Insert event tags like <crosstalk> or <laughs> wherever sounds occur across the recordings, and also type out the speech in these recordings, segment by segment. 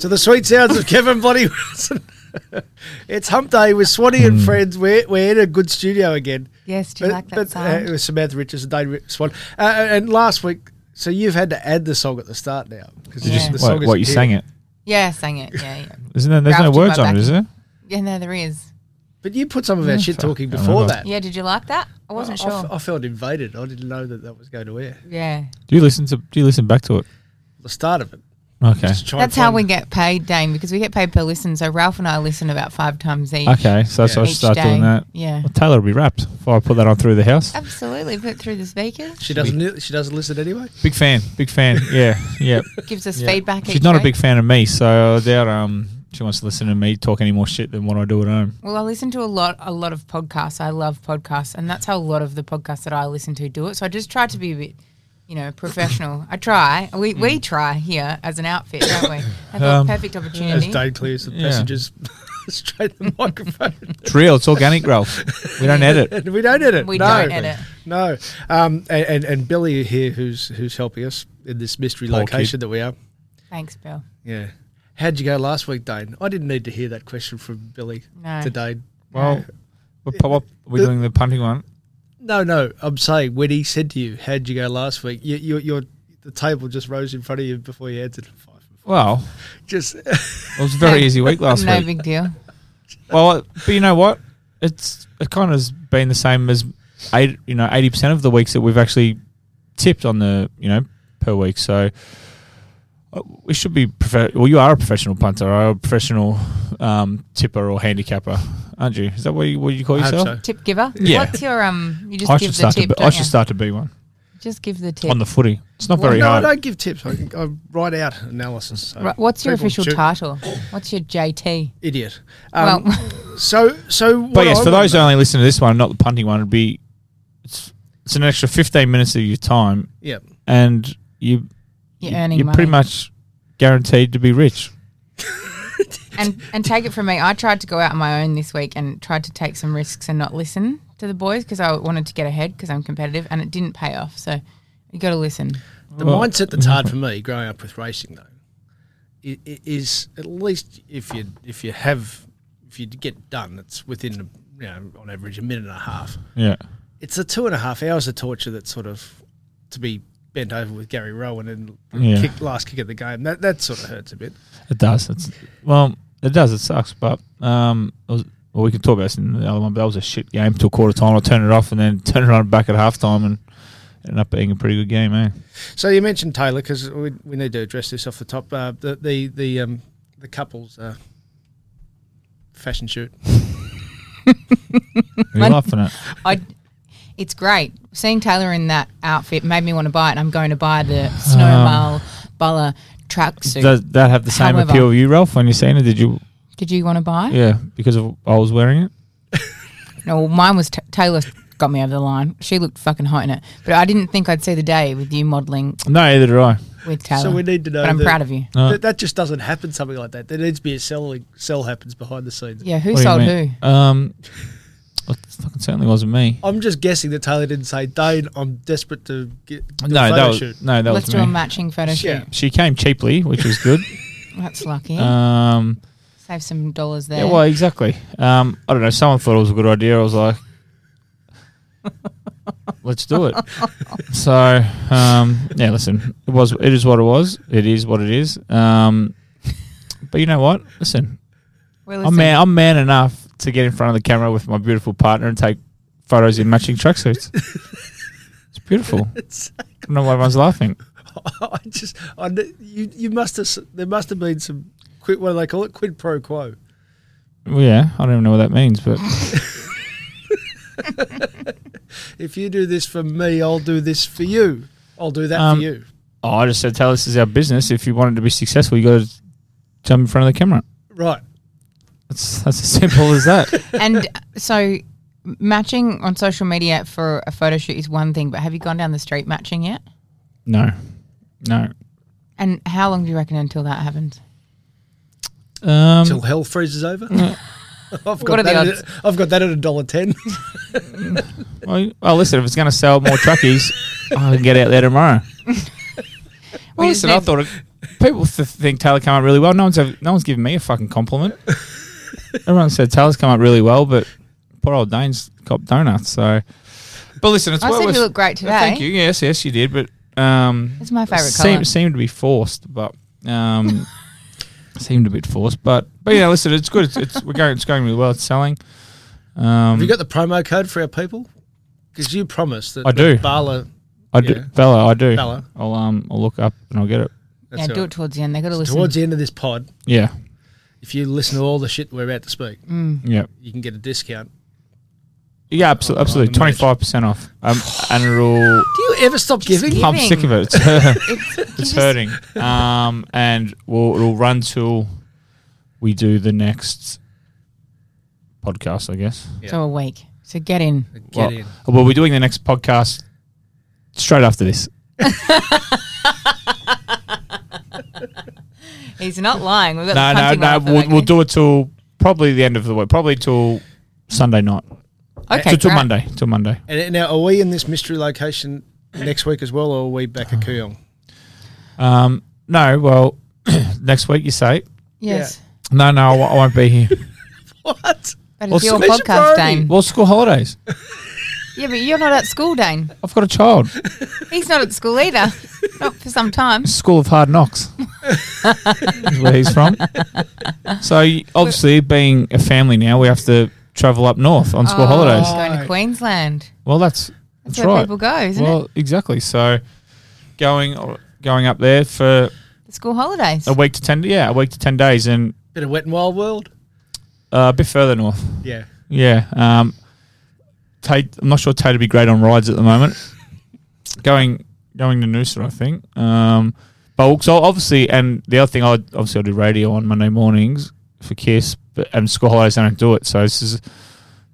To the sweet sounds of Kevin Bloody Wilson. <laughs> it's Hump Day with Swanee and friends. We're, we're in a good studio again. Yes, do you like that uh, sound? it was Samantha Richards and Dave Ri- Swan. Uh, and last week, so you've had to add the song at the start now because Did the you- What, what you appeared. sang it? Yeah, I sang it. Yeah, yeah. <laughs> Isn't there? There's Ralph no did my words on it, is backing. there? Yeah, no, there is. But you put some of our shit talking can't before remember. that. Yeah, did you like that? I I, wasn't I f- sure. I felt invaded. I didn't know that that was going to air. yeah. Do you listen to? Do you listen back to it? The start of it. Okay. Just to try and That's how find- we get paid, Dane, because we get paid per listen. So Ralph and I listen about five times each. Okay. So that's why I should Each start day. doing that. Yeah. Well, Taylor will be wrapped if I put that on through the house. Absolutely. Put through the speakers. She doesn't. li- She doesn't listen anyway. Big fan. Big fan. Yeah. Yeah. <laughs> Gives us Yeah. feedback. She's each not a week. big fan of me, so I doubt um she wants to listen to me talk any more shit than what I do at home. Well, I listen to a lot, a lot of podcasts. I love podcasts, and that's how a lot of the podcasts that I listen to do it. So I just try to be a bit, you know, professional. I try. We, we try here as an outfit, don't we? I thought Mm. Um, perfect As opportunity. Dane clears the Yeah. passages <laughs> straight the microphone. It's real. It's organic, Ralph. We <laughs> don't edit. And <laughs> we don't edit. We no. don't edit. No. Um, and, and and Billy here, who's who's helping us in this mystery Poor location kid. that we are. Thanks, Bill. Yeah. How'd you go last week, Dane? I didn't need to hear that question from Billy No. today. Well, we're, pop- we're doing the punting one. No, no. I'm saying when he said to you, "How'd you go last week?" You, you, your the table just rose in front of you before you answered. Five. Well, Just <laughs> it was a <laughs> very easy week last no week. big deal. Well, uh, but you know what? It's it kind of has been the same as eight, you know, eighty percent of the weeks that we've actually tipped on the you know per week. So uh, we should be profe- well. You are a professional punter, or a professional um, tipper or handicapper, aren't you? Is that what you, what you call I hope yourself? so. Tip giver. Yeah. What's your um? You just I give should the start tip. to be, I don't should you? start to be one Just give the tip. on the footy. It's not Well, very no, hard. I don't give tips. I, I write out analysis. So Right, what's your people official shoot- title? What's your JT? Idiot. Um, well, so so. But yes, for those who only listen to this one, not the punting one, it'd be it's it's an extra fifteen minutes of your time, Uh, yeah. and you you're earning you're money. pretty much guaranteed to be <laughs> rich. and and take it from me. I tried to go out on my own this week and tried to take some risks and not listen to the boys because I wanted to get ahead because I'm competitive and it didn't pay off. So you got to listen. The Well- mindset that's hard for me growing up with racing though i- i- is at least if you if you have if you get done, it's within you know on average a minute and a half. Yeah. It's the two and a half hours of torture that sort of to be bent over with Gary Rowan and Yeah. kick, last kick of the game. That that sort of hurts a bit. It does. It's well, it does. It sucks, but um, it was, well, we can talk about this in the other one. But that was a shit game till quarter time. I turned it off and then turned it on back at halftime and ended up being a pretty good game, eh? So you mentioned Taylor because we, we need to address this off the top. Uh, the the the um, the couples uh, fashion shoot. You're laughing <laughs> at I. It's great seeing Taylor in that outfit. Made me want to buy it. and I'm going to buy the snowmall Buller tracksuit. does that have the same However- appeal of you, Ralph? When you seen it, did you? Did you want to buy? <laughs> it? Yeah, because of, I was wearing it. No, mine was t- Taylor got me over the line. She looked fucking hot in it, but I didn't think I'd see the day with you modelling No, either did I. with Taylor. So we need to know. But I'm that- proud of you. That, that just doesn't happen. Something like that. There needs to be a sell. Sell happens behind the scenes. Yeah, who What do you sold who? mean? Um, well, it fucking certainly wasn't me. I'm just guessing that Taylor didn't say, "Dane, I'm desperate to get <laughs> do a No, photo that was shoot." no, that Let's was do a me. matching photo shoot. Yeah. She came cheaply, which was <laughs> good. That's lucky. um, Save some dollars there. Yeah, well, exactly. Um, I don't know. Someone thought it was a good idea. I was like, let's <laughs> do it. so, um, yeah, listen, it was, it is what it was. It is what it is. Um, but you know what? Listen, Well, I'm listen, man, I'm man enough to get in front of the camera with my beautiful partner and take photos in <laughs> matching tracksuits. it's beautiful. I don't know why everyone's laughing. I just, I, kn- you, you must have. s- There must have been some. Quid, what do they call it? Quid pro quo. Well, yeah, I don't even know what that <laughs> means, but If you do this for me, I'll do this for you. I'll do that Um, for you. oh, I just said, tell us this is our business. If you wanted to be successful, you got to jump in front of the camera. Right. That's, that's as simple as that. and so matching on social media for a photo shoot is one thing, but have you gone down the street <laughs> matching yet? no, no. And how long do you reckon until that happens? Um, Till hell freezes over. <laughs> I've What are got the that. odds? At, I've got that at a dollar ten. <laughs> well, well, listen, if it's going to sell <laughs> more truckies, I can get out there tomorrow. well, just listen, I need- thought it, people th- think Taylor came out really well. No one's ever, no one's given me a <laughs> fucking compliment. Everyone said Taylor's come out really well, but poor old Dane's cop donuts. So, but listen, it's I well said worth- you look great today. Thank you. Yes, yes, you did. But um, It's my favourite colour. Seemed, seemed to be forced, but <laughs> um, seemed a bit forced. But but yeah, listen, it's good. It's, it's we're going. It's going really well. It's selling. Um, Have you got the promo code for our people? Because you promised that I the do. Bala. I do, Yeah. fella. I do. Fella. I'll um, I'll look up and I'll get it. That's yeah, all do it right. towards the end. They got to listen. Towards the end of this pod, Yeah, if you listen to all the shit we're about to speak, yeah, you can get a discount. yeah. Absolutely, absolutely. the Twenty merch. five percent off. Um, <sighs> and it'll. Do you ever stop giving? I'm Giving. sick of <laughs> it. It's, it's, you it's just- hurting. Um, and we'll it'll run till we do the next podcast, I guess. So a week. So get in. Get well, in. Well, we're doing the next podcast straight after this. <laughs> He's not lying. We've got the No, no, punting no. line for We'll, that we'll guy. do it till probably the end of the week. Probably till Sunday night. Okay, till, till great. Monday. Till Monday. And now, are we in this mystery location next week as well, or are we back at <laughs> Kuyong? Um, no, well, <clears throat> next week you say. Yes, No, no, I, w- I won't <laughs> be here. What? but Well, it's your so- Where's your podcast, priority? Dane. well, school holidays. Yeah, but you're not at school, Dane. I've got a child. He's not at school <laughs> either. Not for some time. School of Hard Knocks. is where he's from. So y- obviously, being a family now, we have to travel up north on school Oh, holidays. Going to Queensland. Well, that's that's, That's, where right. people go, isn't well, it? exactly. So going uh, going up there for The school holidays. a week to ten, yeah, a week to ten days, and Bit of wet and wild world. uh, a bit further north. Yeah. Yeah. Um, Tate, I'm not sure Tate would be great on rides at the moment. going going to Noosa, I think. Um, but so obviously, and the other thing, I obviously I do radio on Monday mornings for Kiss, but and school holidays I don't do it, so this is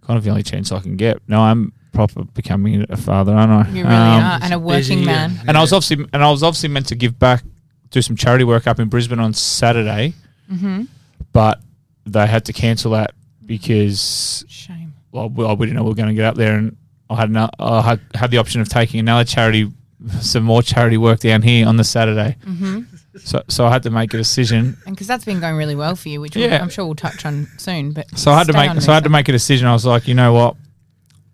kind of the only chance I can get. Now I'm proper becoming a father, aren't I? you really Um, are. And a working Busy, man. yeah. and I was obviously and I was obviously meant to give back, do some charity work up in Brisbane on Saturday, Mm-hmm. but they had to cancel that because Shame. well, we, we didn't know we were going to get up there, and I had ano- I had- had the option of taking another charity, some more charity work down here on the Saturday. Mm-hmm. So so I had to make a decision. And because that's been going really well for you, which we'll, Yeah. I'm sure we'll touch on soon. But So I had to stay make on so I had to this. make a decision. I was like, you know what,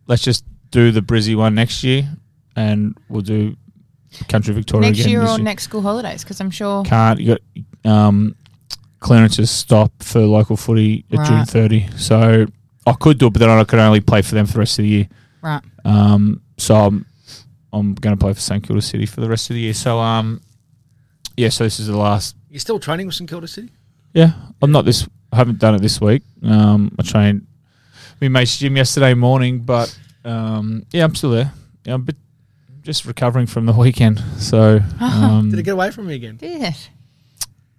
let's just do the Brizzy one next year, and we'll do Country Victoria next again year this or next school holidays because I'm sure. can't. You got um, clearances stop for local footy at June Right. 30. So I could do it, but then I could only play for them for the rest of the year. Right. Um, so I'm, I'm going to play for St Kilda City for the rest of the year. So um, yeah. So this is the last. You're still training with St Kilda City? Yeah, I'm not this. I haven't done it this week. Um, I trained. We made gym yesterday morning, but um, yeah, I'm still there. Yeah, I'm a bit just recovering from the weekend. <laughs> So um, Did it get away from me again? Did it.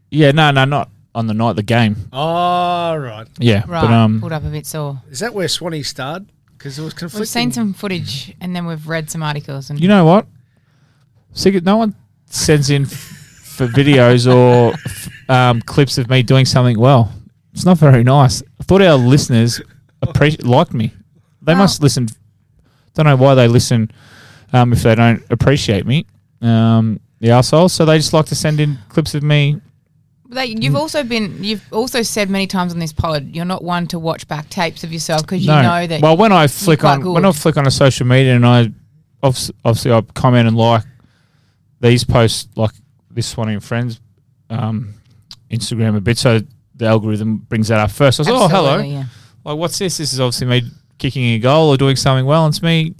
yeah, no, no, not on the night of the game. All right. Yeah, Right. but um, Pulled up a bit sore. Is that where Swanee starred? because it was conflicting. We've seen some footage and then we've read some articles and You know what? Sig- no one sends in f- for videos or f- um, clips of me doing something well. It's not very nice. I thought our listeners appreci- liked me. They Well- must listen. Don't know why they listen um, if they don't appreciate me, um, the assholes. So they just like to send in clips of me. Like, you've also been you've also said many times on this pod you're not one to watch back tapes of yourself because no. you know that well, when I flick quite on when I good. flick on a social media and I obvi- obviously I comment and like these posts like this one in friends um, Instagram a bit, so the algorithm brings that up first. I was like, oh hello, Absolutely, yeah. like what's this? This is obviously me kicking a goal or doing something well, and it's me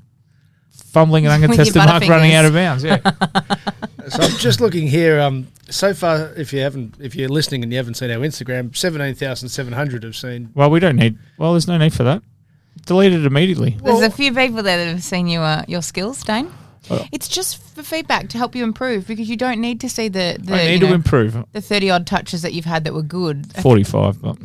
fumbling an <laughs> With your uncontested mark running butterfingers. out of bounds. <laughs> Yeah, So I'm just looking here. Um, so far, if you haven't, if you're listening and you haven't seen our Instagram, seventeen thousand seven hundred have seen. well we don't need. Well, there's no need for that. Delete it immediately. There's Well- a few people there that have seen you, uh, your skills, Dane. Oh. it's just for feedback to help you improve because you don't need to see the the, I you need know, to improve. the thirty odd touches that you've had that were good. Forty five, but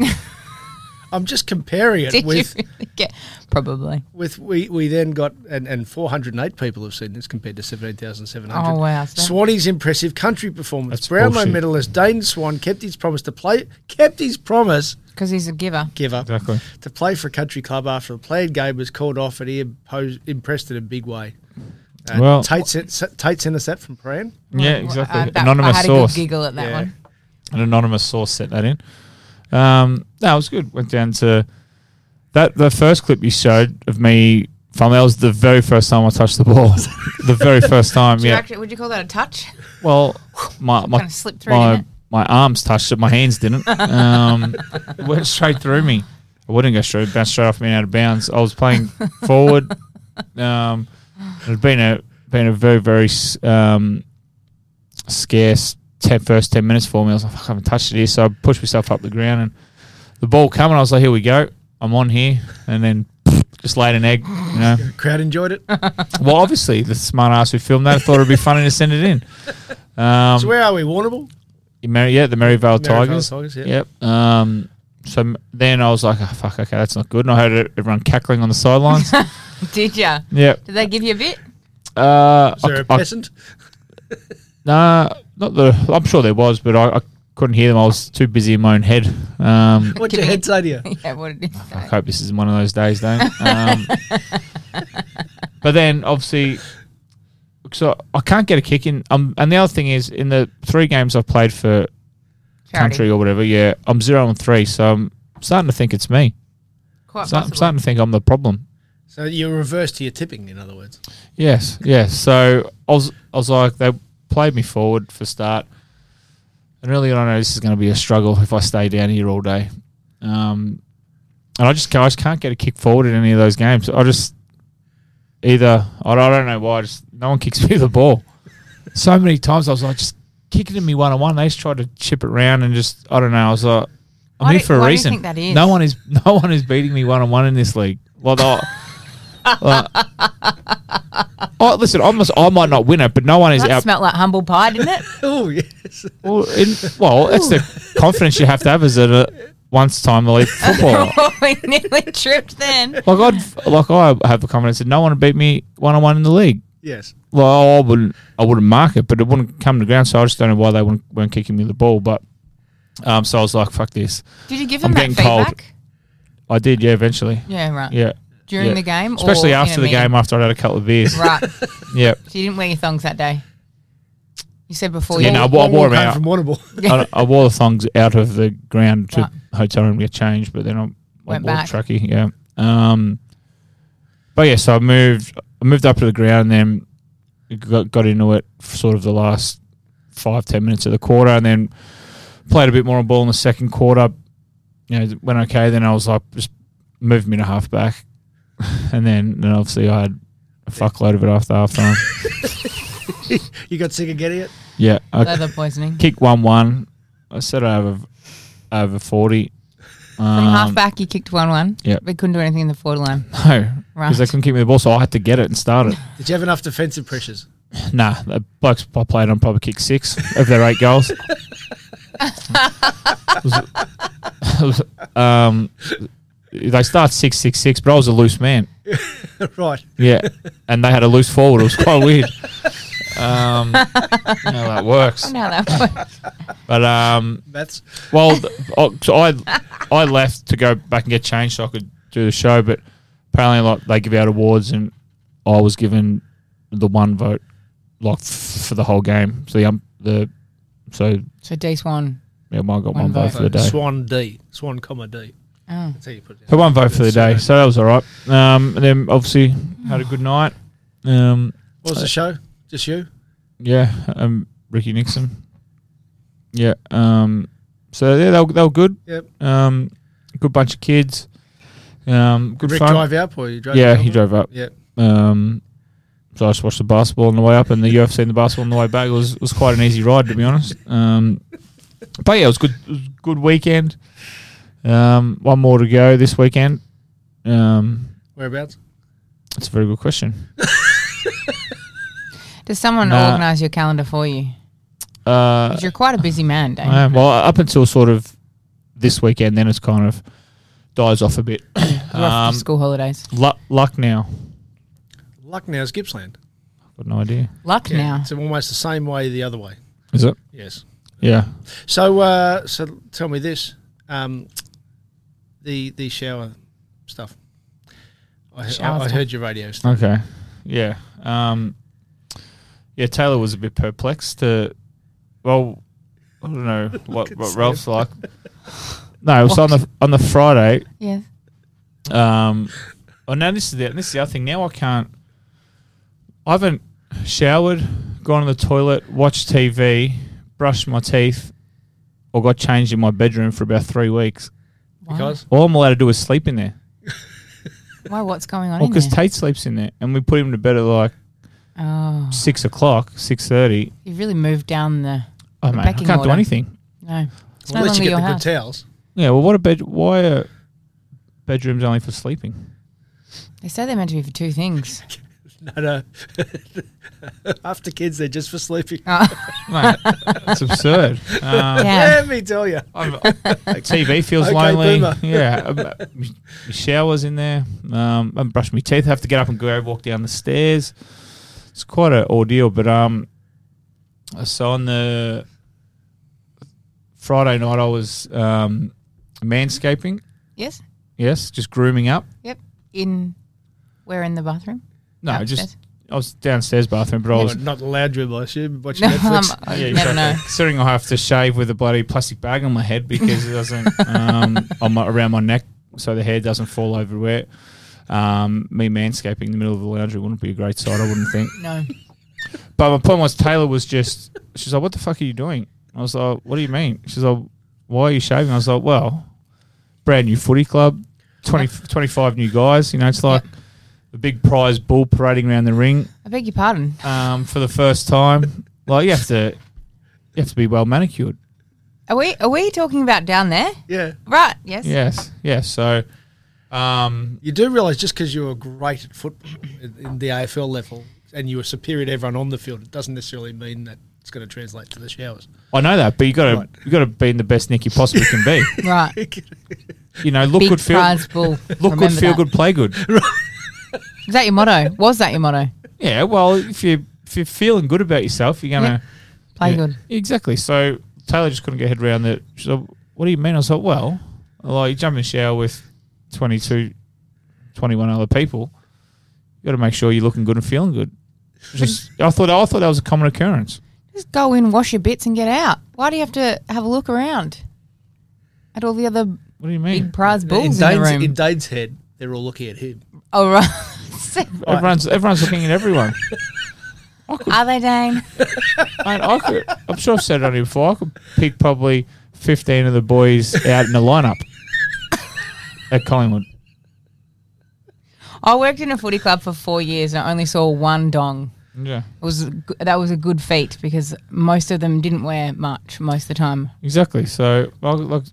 I'm just comparing it <laughs> Did with you really get? Probably. with we, we then got and, and 408 people have seen this compared to 17,700. Oh, wow. So- Swaney's impressive country performance. That's Brownlow bullshit. medalist Dane Swan kept his promise to play kept his promise Because he's a giver. giver Exactly. to play for a country club after the played game was called off and he imposed, impressed in a big way. Uh, Well- Tate sent, Tate sent us that from Pran. yeah, Well, exactly. I- Uh, that- Anonymous I had source. a good giggle at that Yeah. one. an anonymous source sent that in. Um, no, it was good. Went down to that. The first clip you showed of me from that was the very first time I touched the ball. <laughs> the very first time, Did you yeah. actually- would you call that a touch? Well, my my Kinda slipped through, my, didn't it? my arms touched it. My hands didn't. <laughs> Um, it went straight through me. It wouldn't go straight. it Bounced straight off me and out of bounds. I was playing <laughs> forward. Um, it had been a been a very very s- um, scarce ten, first ten minutes for me. I was like, "Fuck, I haven't touched it here. So I pushed myself up the ground and the ball coming. I was like, here we go. I'm on here. And then <laughs> just laid an egg. You know. Crowd enjoyed it. Um, Well, obviously the smart ass who filmed that thought it'd be funny to send it in. Um, so where are we? Warnable? in Merry, yeah, the Maryvale Merivale Tigers. Tigers, yeah. Yep. Um, so m- then I was like, oh, fuck, okay, that's not good. And I heard it- everyone cackling on <laughs> the sidelines. Did ya? yep. Did they give you a bit? Uh, Is there a I- I- peasant? nah, not the. I'm sure there was, but I, I couldn't hear them. I was too busy in my own head. Um, What's your Giving head say to you? Yeah, what did it I say? hope this isn't one of those days, though. Um, but then, obviously, so I can't get a kick in. Um, and the other thing is, in the three games I've played for Charity. country or whatever, yeah, I'm zero and three, so I'm starting to think it's me. Quite So I'm possibly. starting to think I'm the problem. <laughs> So you're reverse to your tipping, in other words. <laughs> Yes, yes. So I was, I was like, they played me forward for start, and really, I know this is going to be a struggle if I stay down here all day. Um, and I just, ca- I just can't get a kick forward in any of those games. I just either I don't I don't know why. Just no one <laughs> kicks me the ball. So many times I was like, just kick it to me one on one. They just tried to chip it round and just I don't know. I was like, I'm Why here do- for a why do you reason. think that is? No one is <laughs> no one is beating me one on one in this league. <laughs> Well, the, well, oh, listen, I must, I might not win it, but no one is That out. smelled like humble pie, didn't <laughs> it? Oh, yes. well, in, well, that's the confidence you have to have as a once time elite footballer. we nearly tripped then. like I'd, like I have the confidence that no one would beat me one on one in the league. Yes. Well, I wouldn't. I wouldn't mark it, but it wouldn't come to ground. So I just don't know why they weren't, weren't kicking me the ball. But um, so I was like, "Fuck this." Did you give I'm them that getting cold. feedback? I did, yeah. Eventually, Yeah, right. yeah. During yeah. the game, especially or in after a the meeting? game, after I had a couple of beers. Right. so <laughs> Yeah, you didn't wear your thongs that day. You said before yeah. you. No, I, wa- I Warnable wore them came out. from Warnable. <laughs> I, I wore the thongs out of the ground to Right. hotel room to get changed, but then I, I Went wore back. trucky. Yeah. Um, but yeah, so I moved. I moved up to the ground, and then got got into it for sort of the last five ten minutes of the quarter, and then played a bit more on ball in the second quarter. You know, went okay. Then I was like, just moved me to half back, <laughs> and then then obviously I had a fuckload of it after half time. <laughs> You got sick of getting it? yeah, I Leather poisoning. kick one one. I said I have a over forty. From Um, half back, you kicked 1 1. yeah. But couldn't do anything in the forward line. <laughs> No, Right. because they couldn't keep me the ball, so I had to get it and start it. Did you have enough defensive pressures? <laughs> nah, the blokes I played on probably kicked six of their eight goals. It was- um, they start six six six, but I was a loose man. right. Yeah, and they had a loose forward. It was quite weird. Um, I don't know how that works, No, that works. but um, That's well, th- oh, so I I left to go back and get changed so I could do the show. But apparently, like they give out awards, and I was given the one vote, like f- for the whole game. So the um, the so So Dace won. yeah, mine got one, One vote vote. for the day. Swan D, Swan comma D. Oh. That's how you put it. So down. one vote for the That's day, right. so that was all right. Um, and then obviously had a good night. Um, What was the show? Just you? yeah, um, Ricky Nixon. Yeah. Um, so yeah, they were, they were good. Yep. Um, good bunch of kids. Um, good Did Rick fun. drive up or you drove yeah, up? he drove up. Yep. Um, so I just watched the basketball on the way up and the UFC and the basketball on the way back. It was, it was quite an easy ride, to be honest. Um, but yeah, it was good. It was a good weekend. Um, one more to go this weekend. Um, Whereabouts? that's a very good question. <laughs> Does someone Nah. organise your calendar for you? Uh, 'Cause you're quite a busy man, Dave. I am. Well, up until sort of this weekend, then it's kind of dies off <coughs> a bit. You're off to school holidays. Luck, luck now. Lucknow's Gippsland. Got no idea. Luck Yeah, now. It's almost the same way the other way. Is it? Yes. Yeah. So, uh, so tell me this: um, the the shower stuff. I, he- Shower I, I stuff. heard your radio stuff. Okay. Yeah. Um, yeah. Taylor was a bit perplexed. To well, I don't know what, what Ralph's like. No, it was on the on the Friday. Yes. Um, oh, now this is the this is the other thing. Now I can't. I haven't showered, gone to the toilet, watched TV, brushed my teeth, or got changed in my bedroom for about three weeks. Why? Because All I'm allowed to do is sleep in there. Why? What's going on? Well, in because there? Tate sleeps in there, and we put him to bed at like oh, six o'clock, six thirty. you really moved down the. Oh The mate, I packing can't do order. anything. No, it's well, no at least longer you get your the house. good towels. <laughs> Yeah. Well, what a bed? Why are bedrooms only for sleeping? they say they're meant to be for two things. No, no. <laughs> After kids, they're just <laughs> for sleeping. Mate, it's absurd. Um, Yeah. Let me tell you. I'm- TV <laughs> feels Okay, lonely. boomer. Yeah, um, uh, me- me showers in there. Um, I'm brushing my teeth. I have to get up and go walk down the stairs. It's quite an ordeal. But um, uh, so on the Friday night, I was um, manscaping. Yes. Yes, just grooming up. Yep. In. Where in the bathroom? No, Upstairs. just I was downstairs bathroom, but I I was. was not allowed dribble, I assume, watching <laughs> Um, Netflix. I Yeah, never exactly. know. Considering I have to shave with a bloody plastic bag on my head because <laughs> it doesn't um, on my, around my neck, so the hair doesn't fall over where. Um, me manscaping in the middle of the laundry wouldn't be a great sight, I wouldn't think. No. But my point was Taylor was just she's like, "What the fuck are you doing?" I was like, "What do you mean?" She's like, "Why are you shaving?" I was like, "Well, brand new footy club, 20, 25 new guys. You know, it's like the big prize bull parading around the ring I beg your pardon. um, for the first time. Like you have to, you have to be well manicured. Are we? Are we talking about down there? Yeah. Right. Yes. Yes, yes. So, um, You do realise just because you were great at football in in the AFL level and you were superior to everyone on the field, it doesn't necessarily mean that it's going to translate to <laughs> the showers. I know that, but you got to Right. you got to be in the best nick you possibly can be. <laughs> Right. You know, look Big good, feel prize bull. look Remember good, feel that. good, play good. Is that your motto? Was that your motto? Yeah. Well, if you if you're feeling good about yourself, you're gonna Play Yeah. good. exactly. So Taylor just couldn't get her head around that. She's like, "What do you mean?" I was like, "Well, like you jump in the shower with 22, 21 other people. You got to make sure you're looking good and feeling good." Just, I thought I thought that was a common occurrence. Just go in, wash your bits, and get out. Why do you have to have a look around at all the other What do you mean? big prize bulls in, Dane's, the room? in Dane's head, they're all looking at him. oh right. <laughs> Everyone's everyone's looking at everyone. Are they Dane? Mate, I could, I'm sure I've said it on here before. I could pick probably 15 of the boys out in the lineup at Collingwood. I worked in a footy club for four years and I only saw one dong. Yeah, It was a g- that was a good feat because most of them didn't wear much most of the time. exactly. So, well, look,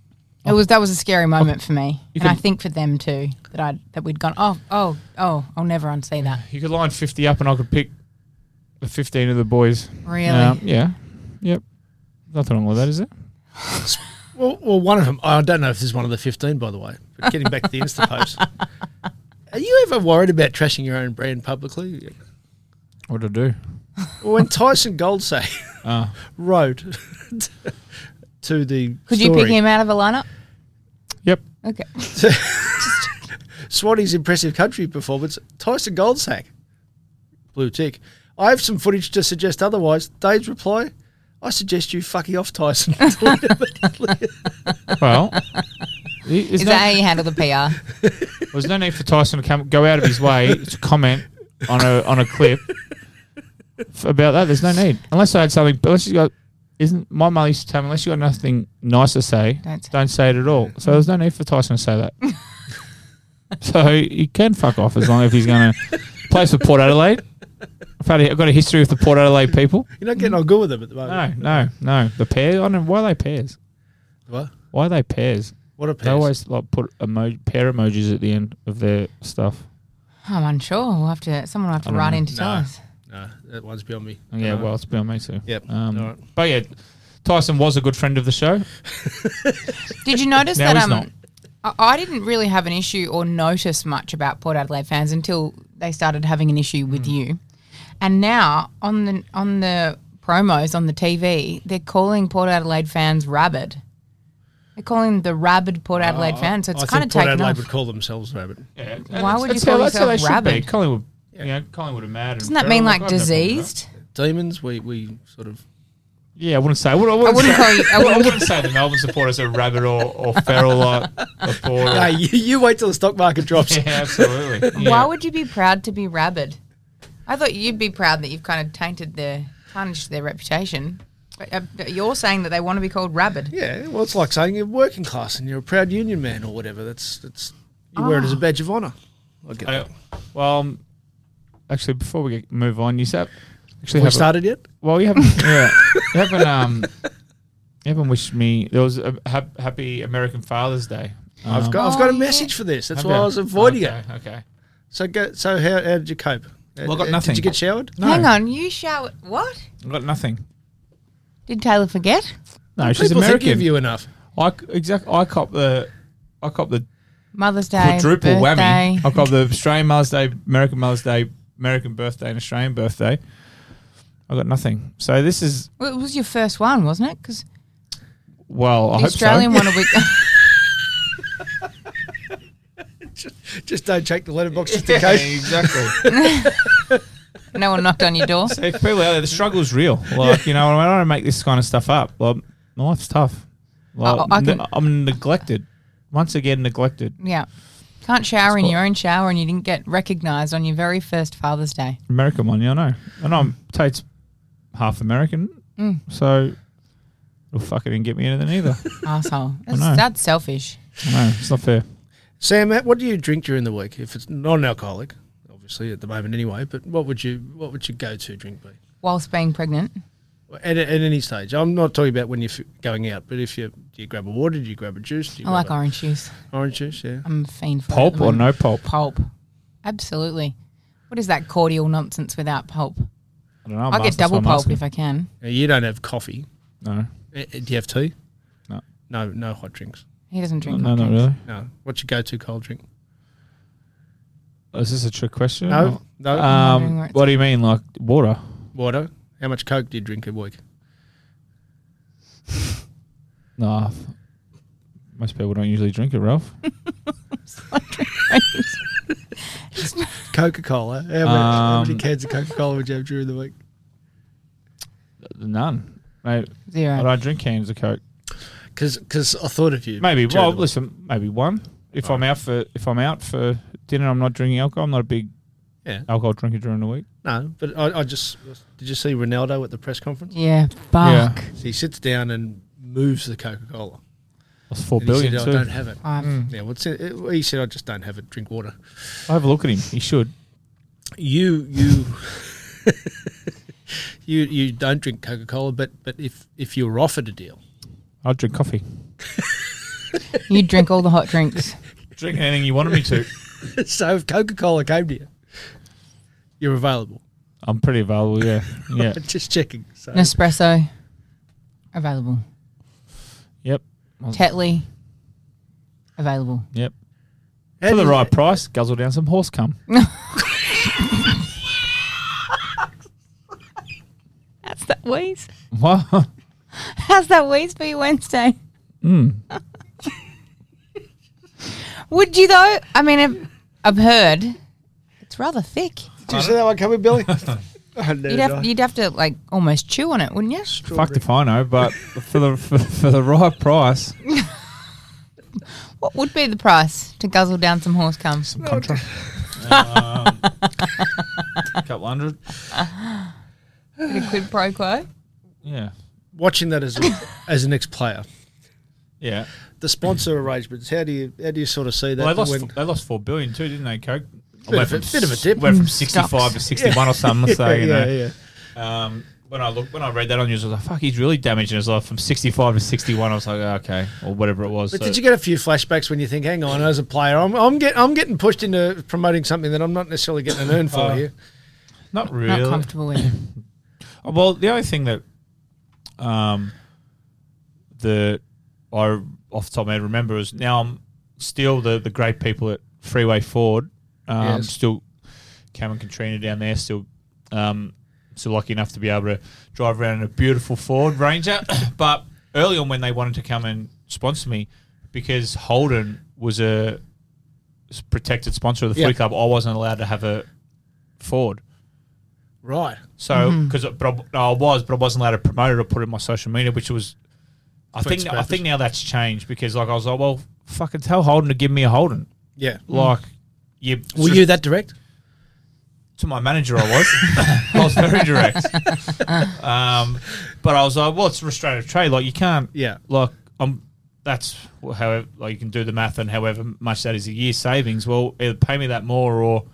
It was that was a scary moment for me, You and I can- think for them too that I that we'd gone oh oh oh I'll never unsee that. you could line 50 up, and I could pick the 15 of the boys. Really? Um, yeah. Yep. Nothing wrong with that, is it? <laughs> Well, well, one of them, I don't know if this is one of the 15, by the way, but getting back to the Insta post, Are you ever worried about trashing your own brand publicly? What do I do? When Tyson Goldsay Ah. <laughs> wrote to the Could you pick story, him out of a lineup? Yep. Okay. Swanee's impressive country performance, Tyson Goldsack, blue tick. I have some footage to suggest otherwise. Dave's reply, I suggest you fucking off, Tyson. <laughs> <laughs> Well, he- Is is that how no, you handle the <laughs> PR? there's no need for Tyson to come, go out of his way to comment on a on a clip f- about that. There's no need, unless I had something. Unless you got, isn't my mum used to tell me, unless you got nothing nice to say, Don't say don't say it at all. So there's no need for Tyson to say that. <laughs> so he can fuck off as long as he's going to play for Port Adelaide. I've, had a, I've got a history with the Port Adelaide people. You're not getting on good with them at the No, moment. no, no. The pair. I don't know why are they pairs. What? Why are they pairs? What a They pair. always like put emo- pair emojis at the end of their stuff. I'm unsure. We'll have to. Someone will have to write in to tell No. us. No, that one's beyond me. Yeah, No. well, it's been on me too. Yep. Um, All right. But yeah, Tyson was a good friend of the show. Did you notice Now that? he's Um, not. I, I didn't really have an issue or notice much about Port Adelaide fans until they started having an issue with you, and now on the on the promos on the TV, they're calling Port Adelaide fans rabid. They're calling the rabid Port Adelaide fans, so it's I kind of think Port taken Adelaide off. would call themselves rabbit. Why would you call yourself rabid? Collingwood, you know, Collingwood are mad. and Doesn't that mean terrible. like I've no problem with that. diseased? Demons, we, we sort of. Yeah, I wouldn't say. I wouldn't, <laughs> I I wouldn't, wouldn't say, call you. I I wouldn't, wouldn't, say the Melbourne supporters are rabid or, or feral like the Port. Hey, you, you wait till the stock market drops. <laughs> Yeah, absolutely. Yeah. Why would you be proud to be rabid? I thought you'd be proud that you've kind of tainted their tarnished their reputation. But, uh, but you're saying that they want to be called rabid. <laughs> Yeah, well, it's like saying you're working class and you're a proud union man or whatever. That's that's you wear it Ah. as a badge of honour. I get I, that. well, um, actually, before we get, move on, you said actually We have a- started <laughs> yet? Well, you haven't. yeah, you haven't. Um, you haven't wished me. There was a hap- happy American Father's Day. I've Um, got I've Oh, got a yeah. message for this. That's have why you? I was avoiding okay, it. Okay. So go, so how, how did you cope? Uh, Well, I got Did nothing. you get showered? No, Hang on, you shower. What I've got nothing. did Taylor forget? No, she's People American. think of you enough. I exactly. I cop the. I cop the Mother's Day, quadruple birthday. whammy. I cop the Australian Mother's Day, American Mother's Day, American birthday, and Australian birthday. I got nothing. So this is Well, it was your first one, wasn't it? Because well. I the hope Australian so. one a week. <laughs> <laughs> Just don't check the letterbox just in case. exactly. no one knocked on your door. <laughs> If people out there, the struggle's real. Like, you know, I don't make this kind of stuff up. Like, my life's tough. Like, I- I can- ne- I'm neglected. Once again, neglected. Yeah, can't shower in what- your own shower, and you didn't get recognised on your very first Father's Day. American one, yeah, I know. And I'm Tate's half American, Mm. so it'll fucking didn't get me into them either. <laughs> Asshole. That's, know. that's selfish. I know, it's not fair. Sam, Matt, what do you drink during the week? If it's non-alcoholic, obviously at the moment anyway. But what would you what would your go-to drink be? Whilst being pregnant. At, at any stage, I'm not talking about when you're f- going out, but if you do you grab a water, do you grab a juice? Do you I like grab orange juice. a orange juice. Yeah, I'm a fiend for it at Pulp the or moment. no pulp? Pulp. Absolutely. What is that cordial nonsense without pulp? I don't know. i will get double pulp if I can. Now, you don't have coffee. No. Uh, uh, Do you have tea? No. No, no hot drinks. He doesn't drink. No, hot not drinks. really. No. What's your go-to cold drink? Is this a trick question? No, no. wondering where Um, it's- what do you mean, like water? Water. How much Coke do you drink a week? No. Most people don't usually drink it, Ralph. Coca-Cola. How many, how Um, many cans of Coca-Cola would you have during the week? None. Mate, I Zero. don't drink cans of Coke. Because I thought of you. Maybe. during Well, the week. listen. Maybe one. If I'm out for if I'm out for dinner, I'm not drinking alcohol. I'm not a big Yeah. alcohol drinker during the week. No, but I, I just did. You see Ronaldo at the press conference? Yeah, fuck. So he sits down and moves the Coca-Cola. That's four And he billion said, I don't too. Ah. have it. I've- Yeah, what's it? it- He said, I just don't have it. Drink water. I have a look at him. He should. You, you, <laughs> you, you don't drink Coca-Cola, but but if if you were offered a deal, <laughs> I'll drink <laughs> coffee. You drink all the hot drinks. Drink anything you wanted me to. so if Coca-Cola came to you, you're available. I'm pretty available. Yeah. <laughs> Yeah. Just checking. So Nespresso. Available. yep. Tetley. Available. Yep. How For the does- right price, guzzle down some <laughs> horse cum. That's that wheeze. Wow. How's that wheeze for you Wednesday? Hmm. <laughs> Would you though? I mean, I've, I've heard it's rather thick. Did you see that one coming, Billy? You'd have, you'd have to like almost chew on it, wouldn't you? Fucked if I know, but for the for, for the right price, <laughs> What would be the price to guzzle down some horse cum? contra. um, couple hundred. Bit of quid pro quo. Yeah. <laughs> Watching that as a, as an ex-player, Yeah. the sponsor arrangements. How do you how do you sort of see that? Well, they lost when- they lost four billion too, didn't they, Coke? Bit of a- bit of a dip. Went from sixty five to sixty one or something. So <laughs> yeah, you know, yeah. Um, when I look, when I read that on news, I was like, "Fuck, he's really damaging his life from sixty-five to sixty-one." I was like, oh, "Okay," or whatever it was. But So- did you get a few flashbacks when you think, "Hang on, as a player, I'm I'm, get, I'm getting pushed into promoting something that I'm not necessarily getting an earn for Uh. here." not Not really. comfortable with. it. Oh, Well, the only thing that, um, that I off the top of my head remember is now I'm still the the great people at Freeway Ford, um, Yes. still Cameron Katrina down there, still, um, still lucky enough to be able to drive around in a beautiful Ford Ranger. <coughs> but early on, when they wanted to come and sponsor me, because Holden was a s- protected sponsor of the Yeah. footy club, I wasn't allowed to have a Ford. Right. So because but I, no, I was, but I wasn't allowed to promote it or put it in my social media, which was. I For think its I purpose. think now that's changed because like I was like, well, fucking tell Holden to give me a Holden. Yeah. Like you Were Mm. you that direct? to my manager, I was. <laughs> I was very direct. um, but I was like, well, it's a restraint of trade. Like you can't. Yeah. Like I'm. That's however. Like you can do the math and however much that is a year savings. Well, either pay me that more or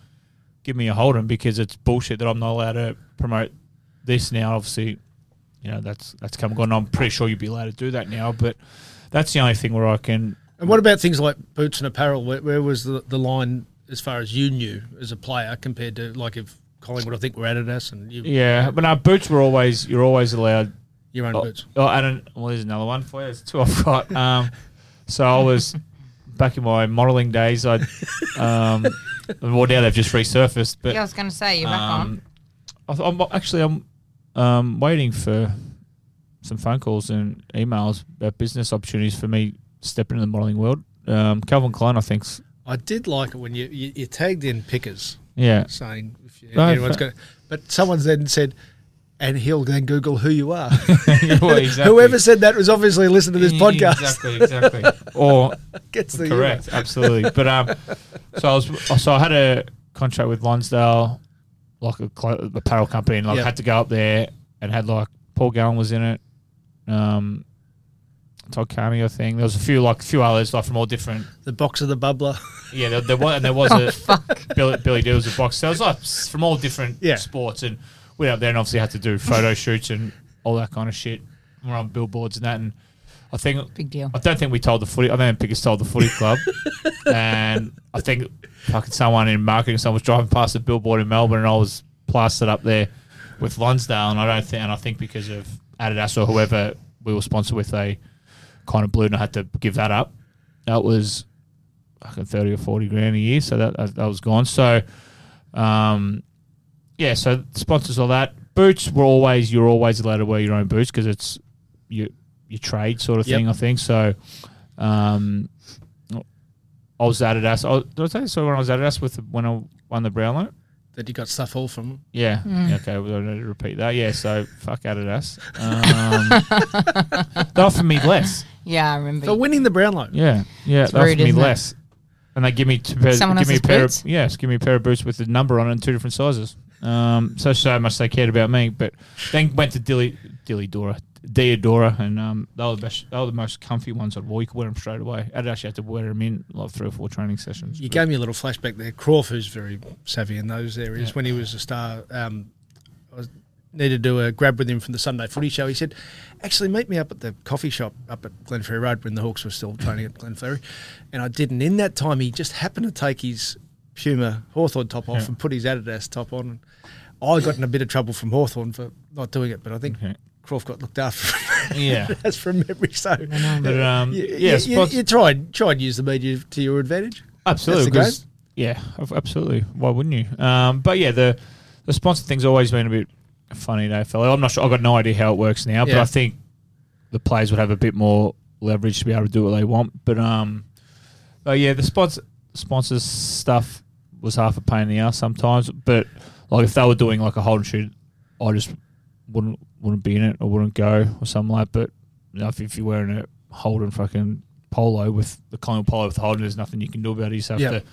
give me a Holden because it's bullshit that I'm not allowed to promote this now. Obviously, you know that's that's come and gone. I'm pretty sure you'd be allowed to do that now, but that's the only thing where I can. And what about things like boots and apparel? Where, where was the, the line as far as you knew as a player compared to like if Collingwood, I think, were Adidas and you, Yeah, but our boots were always. You're always allowed your own Oh, boots? Oh, and an, well, there's another one for you. There's two I've got. Um, so I <laughs> was back in my modelling days. I um, well now they've just resurfaced, but Yeah, I was going to say you're back um, I th- I'm actually I'm um, waiting for some phone calls and emails about business opportunities for me stepping into the modelling world. Um, Calvin Klein, I think's I did like it when you, you, you tagged in pickers yeah. saying if you, No, anyone's fa- going, but someone's then said, and he'll then Google who you <laughs> are. Well, <laughs> exactly. Whoever said that was obviously listening <laughs> to this podcast. <laughs> Exactly, exactly. or Gets the Correct, absolutely. <laughs> But um, so I was so I had a contract with Lonsdale, like a clo- apparel company, and like Yeah. had to go up there and had like Paul Gallen was in it, um, Todd Carney, I think. There was a few like a few others like from all different. The box of the bubbler. <laughs> Yeah, there, there was and there Oh, was a Billy Billy Deal was a box. So it was like s- from all different Yeah. sports, and we went up there and obviously had to <laughs> do photo shoots and all that kind of shit. We're on billboards and that, and I think Big deal. I don't think we told the footy. I don't think Pickers told the footy <laughs> club, and I think fucking someone in marketing, someone was driving past a billboard in Melbourne, and I was plastered up there with Lonsdale, and I don't think, and I think because of Adidas or whoever we were sponsored with, they kind of blew, and I had to give that up. That was fucking thirty or forty grand a year, so that that, that was gone. So, um, yeah, so sponsors all that. Boots were always you're always allowed to wear your own boots because it's your your trade sort of Yep. thing. I think so. Um, I was at Adidas. I was, did I tell you so when I was at Adidas with the, when I won the Brownlow? that you got stuff all from. Yeah. Okay. Well, I don't need to repeat that. Yeah. So fuck Adidas. Um, <laughs> they offer me less. on. Yeah, I remember. For winning the Brownlow. Yeah. Yeah. It's they offer rude, me isn't it? less, and they give me two pairs. Someone give me a else's pair. boots? Of, yes. Give me a pair of boots with the number on it and two different sizes. Um, so so much they cared about me. But then went to Dilly Dilly Dora. Deodora, and um, they were the best. They were the most comfy ones I'd wear. You could wear them straight away. I'd actually have to wear them in like three or four training sessions. You gave me a little flashback there. Croft, who's very savvy in those areas, when he was a star, um, I was, needed to do a grab with him from the Sunday Footy Show. He said, "Actually, meet me up at the coffee shop up at Glenferrie Road when the Hawks were still training at Glenferrie." And I didn't. In that time, he just happened to take his Puma Hawthorn top off and put his Adidas top on. I got in a bit of trouble from Hawthorn for not doing it, but I think Okay. Croft got looked after. <laughs> Yeah. <laughs> That's from memory. So, But um, you, yeah, you, spons- you, you try and try and use the media to your advantage. Absolutely. That's the 'cause- yeah, ab- absolutely. Why wouldn't you? Um, but yeah, the the sponsor thing's always been a bit funny in AFL. I'm not sure. I've got no idea how it works now, but Yeah. I think the players would have a bit more leverage to be able to do what they want. But um, but yeah, the sponsor sponsors stuff was half a pain in the ass sometimes. But like if they were doing like a hold and shoot, I just wouldn't wouldn't be in it or wouldn't go or something like. But you know, if, if you're wearing a Holden fucking polo with the Collingwood polo with Holden, there's nothing you can do about it. You just have Yeah. to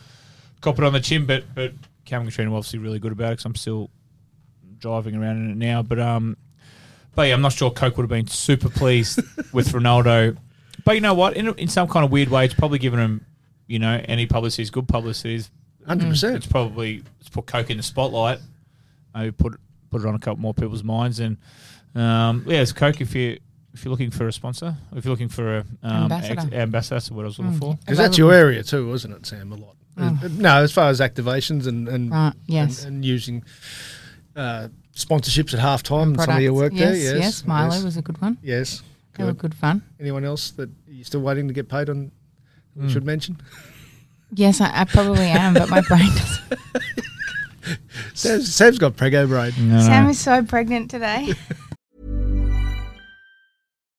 cop it on the chin. But but Cam and Katrina were obviously really good about it because I'm still driving around in it now. But um, but yeah, I'm not sure Coke would have been super pleased with Ronaldo. But you know what? In, in some kind of weird way, it's probably given him, you know, any publicity is good publicity. It's- Hundred It's percent. probably it's put Coke in the spotlight. Maybe put put it on a couple more people's minds. And um, yeah, it's Coke if you if you're looking for a sponsor, if you're looking for a um, Ambassador. ex- ambassador, that's what I was looking for. Because that's your area too, isn't it, Sam? A lot. Uh, No, as far as activations and and Oh. Right, yes. and, and using uh, sponsorships at halftime. and Some of your work Products. yes, there. Yes, yes. Milo was a good one. Yes. They were Good. good fun. Anyone else that you're still waiting to get paid on? that We should mention. Yes, I, I probably am, but my <laughs> brain doesn't. Sam's, Sam's got prego brain. Sam is so pregnant today.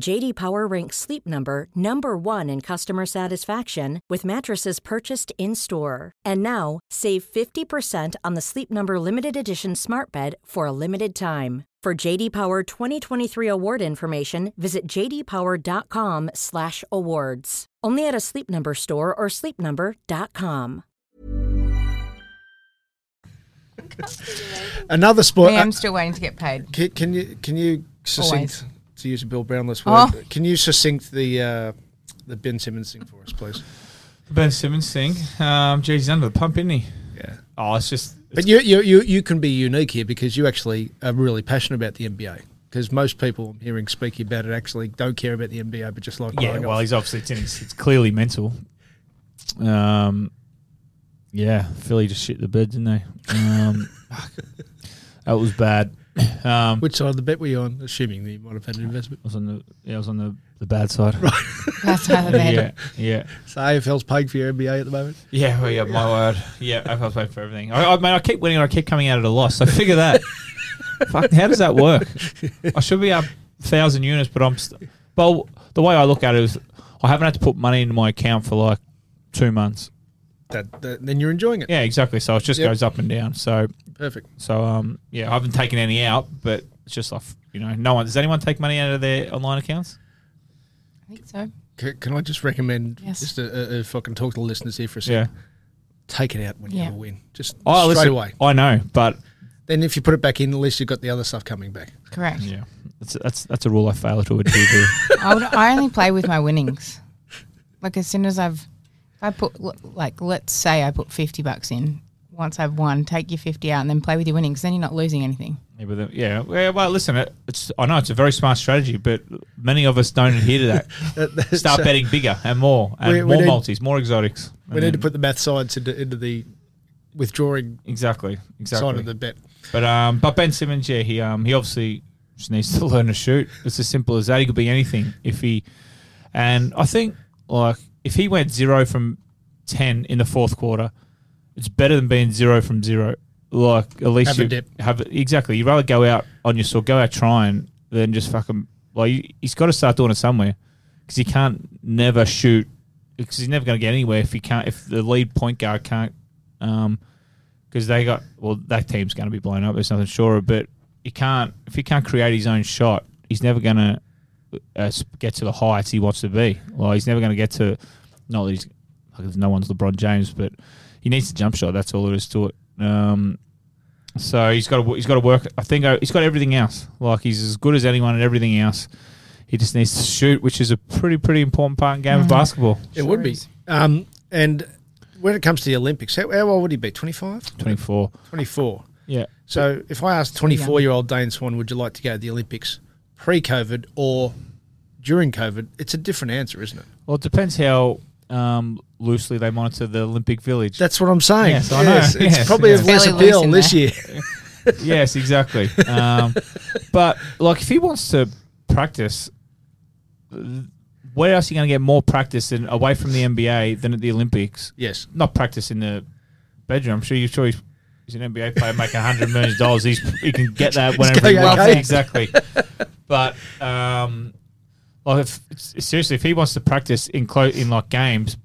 JD Power ranks Sleep Number number 1 in customer satisfaction with mattresses purchased in-store. And now, save 50% on the Sleep Number limited edition Smart Bed for a limited time. For JD Power 2023 award information, visit jdpower.com/awards. Only at a Sleep Number store or sleepnumber.com. Another I sport. am still waiting to get paid. Can, can you can you succinct Always. to use a Bill Brownless word? Oh. Can you succinct the uh, the Ben Simmons thing for us, please? Ben Simmons thing. Um, geez, he's under the pump, isn't he? Yeah. Oh, it's just. But you, you you you can be unique here because you actually are really passionate about the NBA. Because most people I'm hearing speak about it actually don't care about the NBA, but just like yeah, Ryan well, Goff. he's obviously it's, in his, it's clearly mental. Um, yeah, Philly just shit the bed, didn't they? Um, fuck. that was bad. Um, which side of the bet were you on? Assuming that you might have had an investment. I was on the yeah, I was on the, the bad side. That's how the bed. yeah, yeah, So AFL's paying for your NBA at the moment. yeah. Well, yeah, my word. Yeah, I was paying for everything. I, I mean, I keep winning and I keep coming out at a loss. So figure that. Fuck, how does that work? I should be up thousand units, but I'm. St- but the way I look at it is, I haven't had to put money into my account for like two months. That, that then you're enjoying it. Yeah, exactly. So it just Yep. goes up and down. So Perfect. so um yeah, I haven't taken any out, but it's just off. You know, no one does anyone take money out of their online accounts? I think so. Can, can I just recommend Yes. just uh, uh, if I can talk to the listeners here for a Yeah. second? Take it out when you Yeah. have a win. Just Oh, straight listen, away. I know, but Then if you put it back in, at least you've got the other stuff coming back. Correct. yeah, that's that's, that's a rule I fail to adhere to. <laughs> I, would, I only play with my winnings. Like as soon as I've, if I put l- like let's say I put fifty bucks in. Once I've won, take your fifty out and then play with your winnings. Then you're not losing anything. Yeah, but the, yeah, well, well, listen, it, it's I know it's a very smart strategy, but many of us don't <laughs> adhere to that. Start So betting bigger and more, and We- we more need- multis, more exotics. We need to put the math science into, into the withdrawing exactly, exactly. side of the bet. But um, but Ben Simmons, yeah, he um, he obviously just needs to <laughs> learn to shoot. It's as simple as that. He could be anything if he. And I think like if he went zero from ten in the fourth quarter, it's better than being zero from zero. Like at least Have a you dip. have exactly. You'd rather go out on your sword, go out trying than just fucking like you, he's got to start doing it somewhere because he can't never shoot because he's never going to get anywhere if he can't if the lead point guard can't um, because they got well that team's going to be blown up. There's nothing sure, but he can't if he can't create his own shot, he's never going to uh, s- get to the heights he wants to be. Well, he's never going to get to. Not that he's like, there's no one's LeBron James, but he needs a jump shot. That's all there is to it. Um, so he's got to, he's got to work. I think uh, he's got everything else. Like he's as good as anyone at everything else. He just needs to shoot, which is a pretty pretty important part in game of basketball. It would be. Um, and when it comes to the Olympics, how, how old would he be? 25? Twenty four. 24. Yeah. So if I asked 24 year old Dane Swan, would you like to go to the Olympics pre COVID or during COVID? It's a different answer, isn't it? Well, it depends how um, loosely they monitor the Olympic <laughs> Village. That's what I'm saying. Yes, I know. it's Yes, probably yes. of less Fairly loose appeal in this there. year. yes, exactly. Um, but like, if he wants to practice, where else are you going to get more practice than away from the NBA than at the Olympics? yes. Not practice in the bedroom. I'm sure you're sure he's, he's an NBA player making hundred million dollars. He's he can <laughs> get that whenever he going wants. okay. Exactly. But um, like, if, seriously, if he wants to practice in clo- in like games,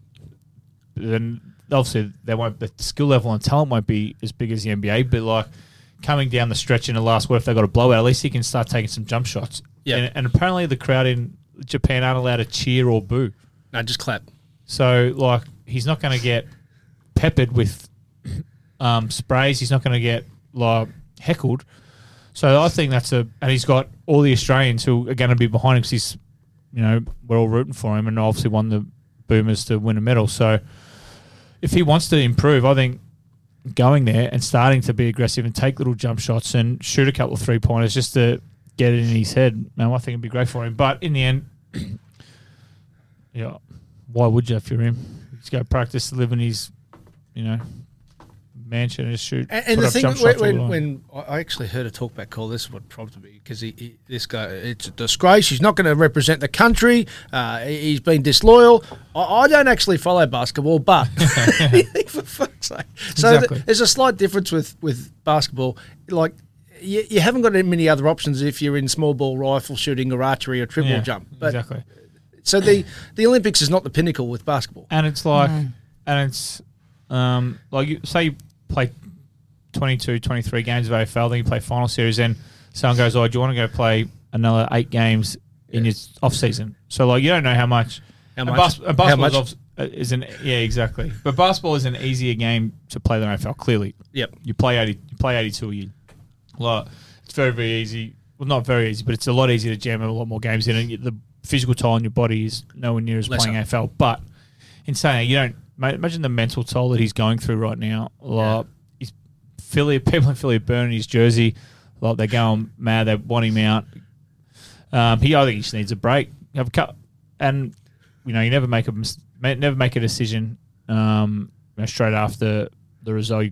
then obviously they won't the skill level and talent won't be as big as the NBA, but like coming down the stretch in the last what if they got a blowout, at least he can start taking some jump shots. Yeah. And, and apparently the crowd in Japan aren't allowed to cheer or boo. No, just clap. So like he's not going to get peppered with um, sprays. He's not going to get like heckled. So I think that's a and he's got all the Australians who are going to be behind him because he's you know we're all rooting for him and obviously won the Boomers to win a medal. So if he wants to improve, I think going there and starting to be aggressive and take little jump shots and shoot a couple of three pointers just to get it in his head. Now I think it'd be great for him. But in the end, <clears throat> yeah, why would you if you're him? Just go practice, live in his, you know, mansion and just shoot. And, and put the up thing jump when, shots all the when, time. when I I actually heard a talkback call, this is what prompted me because he, he, this guy, it's a disgrace. He's not going to represent the country. Uh, he- he's been disloyal. I, I don't actually follow basketball, but <laughs> for fuck's sake. So th- Exactly. there's a slight difference with with basketball, like. You, you haven't got many other options if you're in small ball rifle shooting or archery or triple Yeah, jump. But exactly. so the the Olympics is not the pinnacle with basketball. And it's like, and it's um, like you say you play 22, 23 games of AFL, then you play final series, and someone goes, "Oh, do you want to go play another eight games in your off season?" So like you don't know how much. How and much? bas- and How basketball much? Is, obvi- is an yeah exactly, but basketball is an easier game to play than AFL. Clearly, Yep. You play eighty, you play eighty-two a year. Like it's very very easy. Well, not very easy, but it's a lot easier to jam a lot more games in, and you- the physical toll on your body is nowhere near as Lesser. playing AFL. But in saying that, you don't ma- imagine the mental toll that he's going through right now. Like he's Philly, <laughs> people in Philly are burning his jersey. Like they're going mad. They want him out. Um, he, I think, he just needs a break. Have a cut, and you know, you never make a mis- ma- never make a decision um, you know, straight after the result. You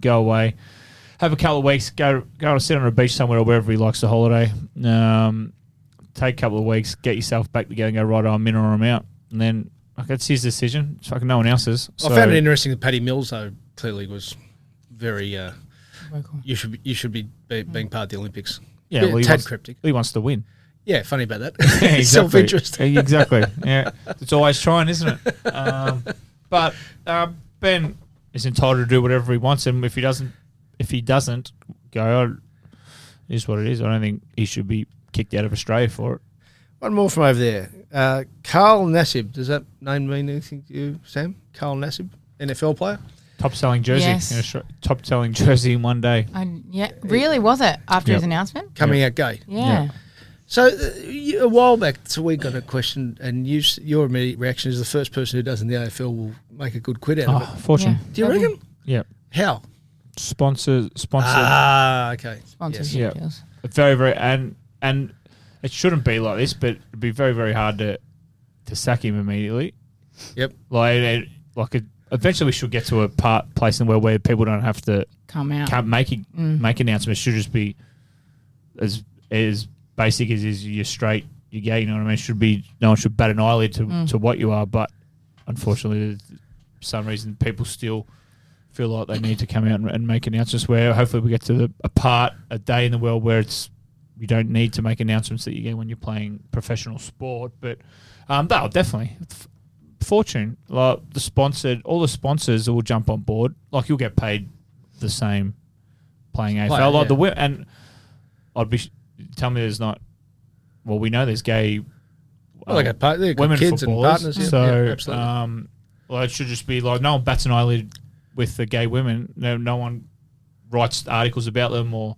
go away, have a couple of weeks, go go and sit on a beach somewhere or wherever he likes to holiday. Um, take a couple of weeks, get yourself back together, and go right. I'm in or I'm out, and then like, that's his decision. It's fucking no one else's. So, I found it interesting that Paddy Mills though clearly was very. Uh, you should be, you should be, be being part of the Olympics. yeah, well, he, tad wants, cryptic. he wants to win. Yeah, funny about <laughs> that. <laughs> Yeah, Self interest. Yeah, <laughs> Exactly. Yeah, it's always trying, isn't it? Um, but uh, Ben is entitled to do whatever he wants, and if he doesn't, if he doesn't go, oh, it is what it is. I don't think he should be kicked out of Australia for it. One more from over there. Uh, Carl Nassib. Does that name mean anything to you, Sam? Carl Nassib, NFL player. Top selling jersey, Yes. Oh, in Austra- top selling jersey in one day. And yeah, really was it after his Yep. announcement? Coming out gay. Yeah. So uh, you- a while back, so we got a question, and you, s- your immediate reaction is the first person who does in the AFL will make a good quid out of Oh, fortune. Yeah. it. Do you reckon? Yeah. How? Sponsor, sponsor. Ah, okay. Sponsorship Yeah. deals. very very and and it shouldn't be like this, but it'd be very very hard to to sack him immediately. Yep. Like it, like it, eventually we should get to a part place in where where people don't have to Come out. Mm. can't make it- make announcements. It should just be as as basic as is you're straight, you're gay. You know what I mean? Should be no one should bat an eyelid to Mm. to what you are, but unfortunately, there's- for some reason, people still feel like they need to come out and, and make announcements. Where hopefully we get to the, a part, a day in the world where it's you don't need to make announcements that you get when you're playing professional sport. But um, they'll definitely F- fortune like the sponsored, all the sponsors will jump on board. Like you'll get paid the same playing AFL. Like yeah. the wi- and I'd be sh- tell me there's not well, we know there's gay Well, they got par- they got women kids and footballers. partners, yeah, So, yeah, absolutely. um, well, it should just be like no one bats an eyelid with the gay women. No, no one writes articles about them or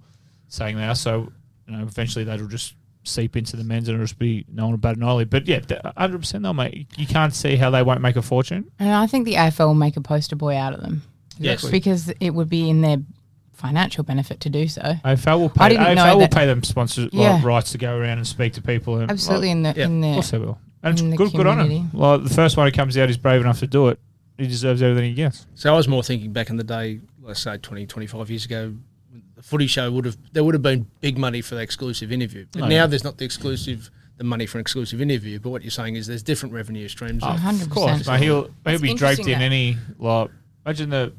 saying they are. So, you know, eventually that'll just seep into the men's and it'll just be no one will bat an eyelid. But yeah, hundred percent though, mate. You can't see how they won't make a fortune. And I think the AFL will make a poster boy out of them. Yes. Exactly. Because it would be in their financial benefit to do so. AFL will I pay. didn't know AFL will that- pay them sponsors Yeah. like, rights to go around and speak to people. And, Absolutely, like, in the in Of their course they will. And in it's the good, good on him. community. Like the first one who comes out is brave enough to do it. He deserves everything he gets. So I was more thinking back in the day, let's say 20, 25 years ago, the footy show would have there would have been big money for the exclusive interview. But Oh, now yeah. there's not the exclusive the money for an exclusive interview. But what you're saying is there's different revenue streams. Oh, of- 100%. Of course, mate, he'll he'll It's be draped in interesting that- any like. Imagine the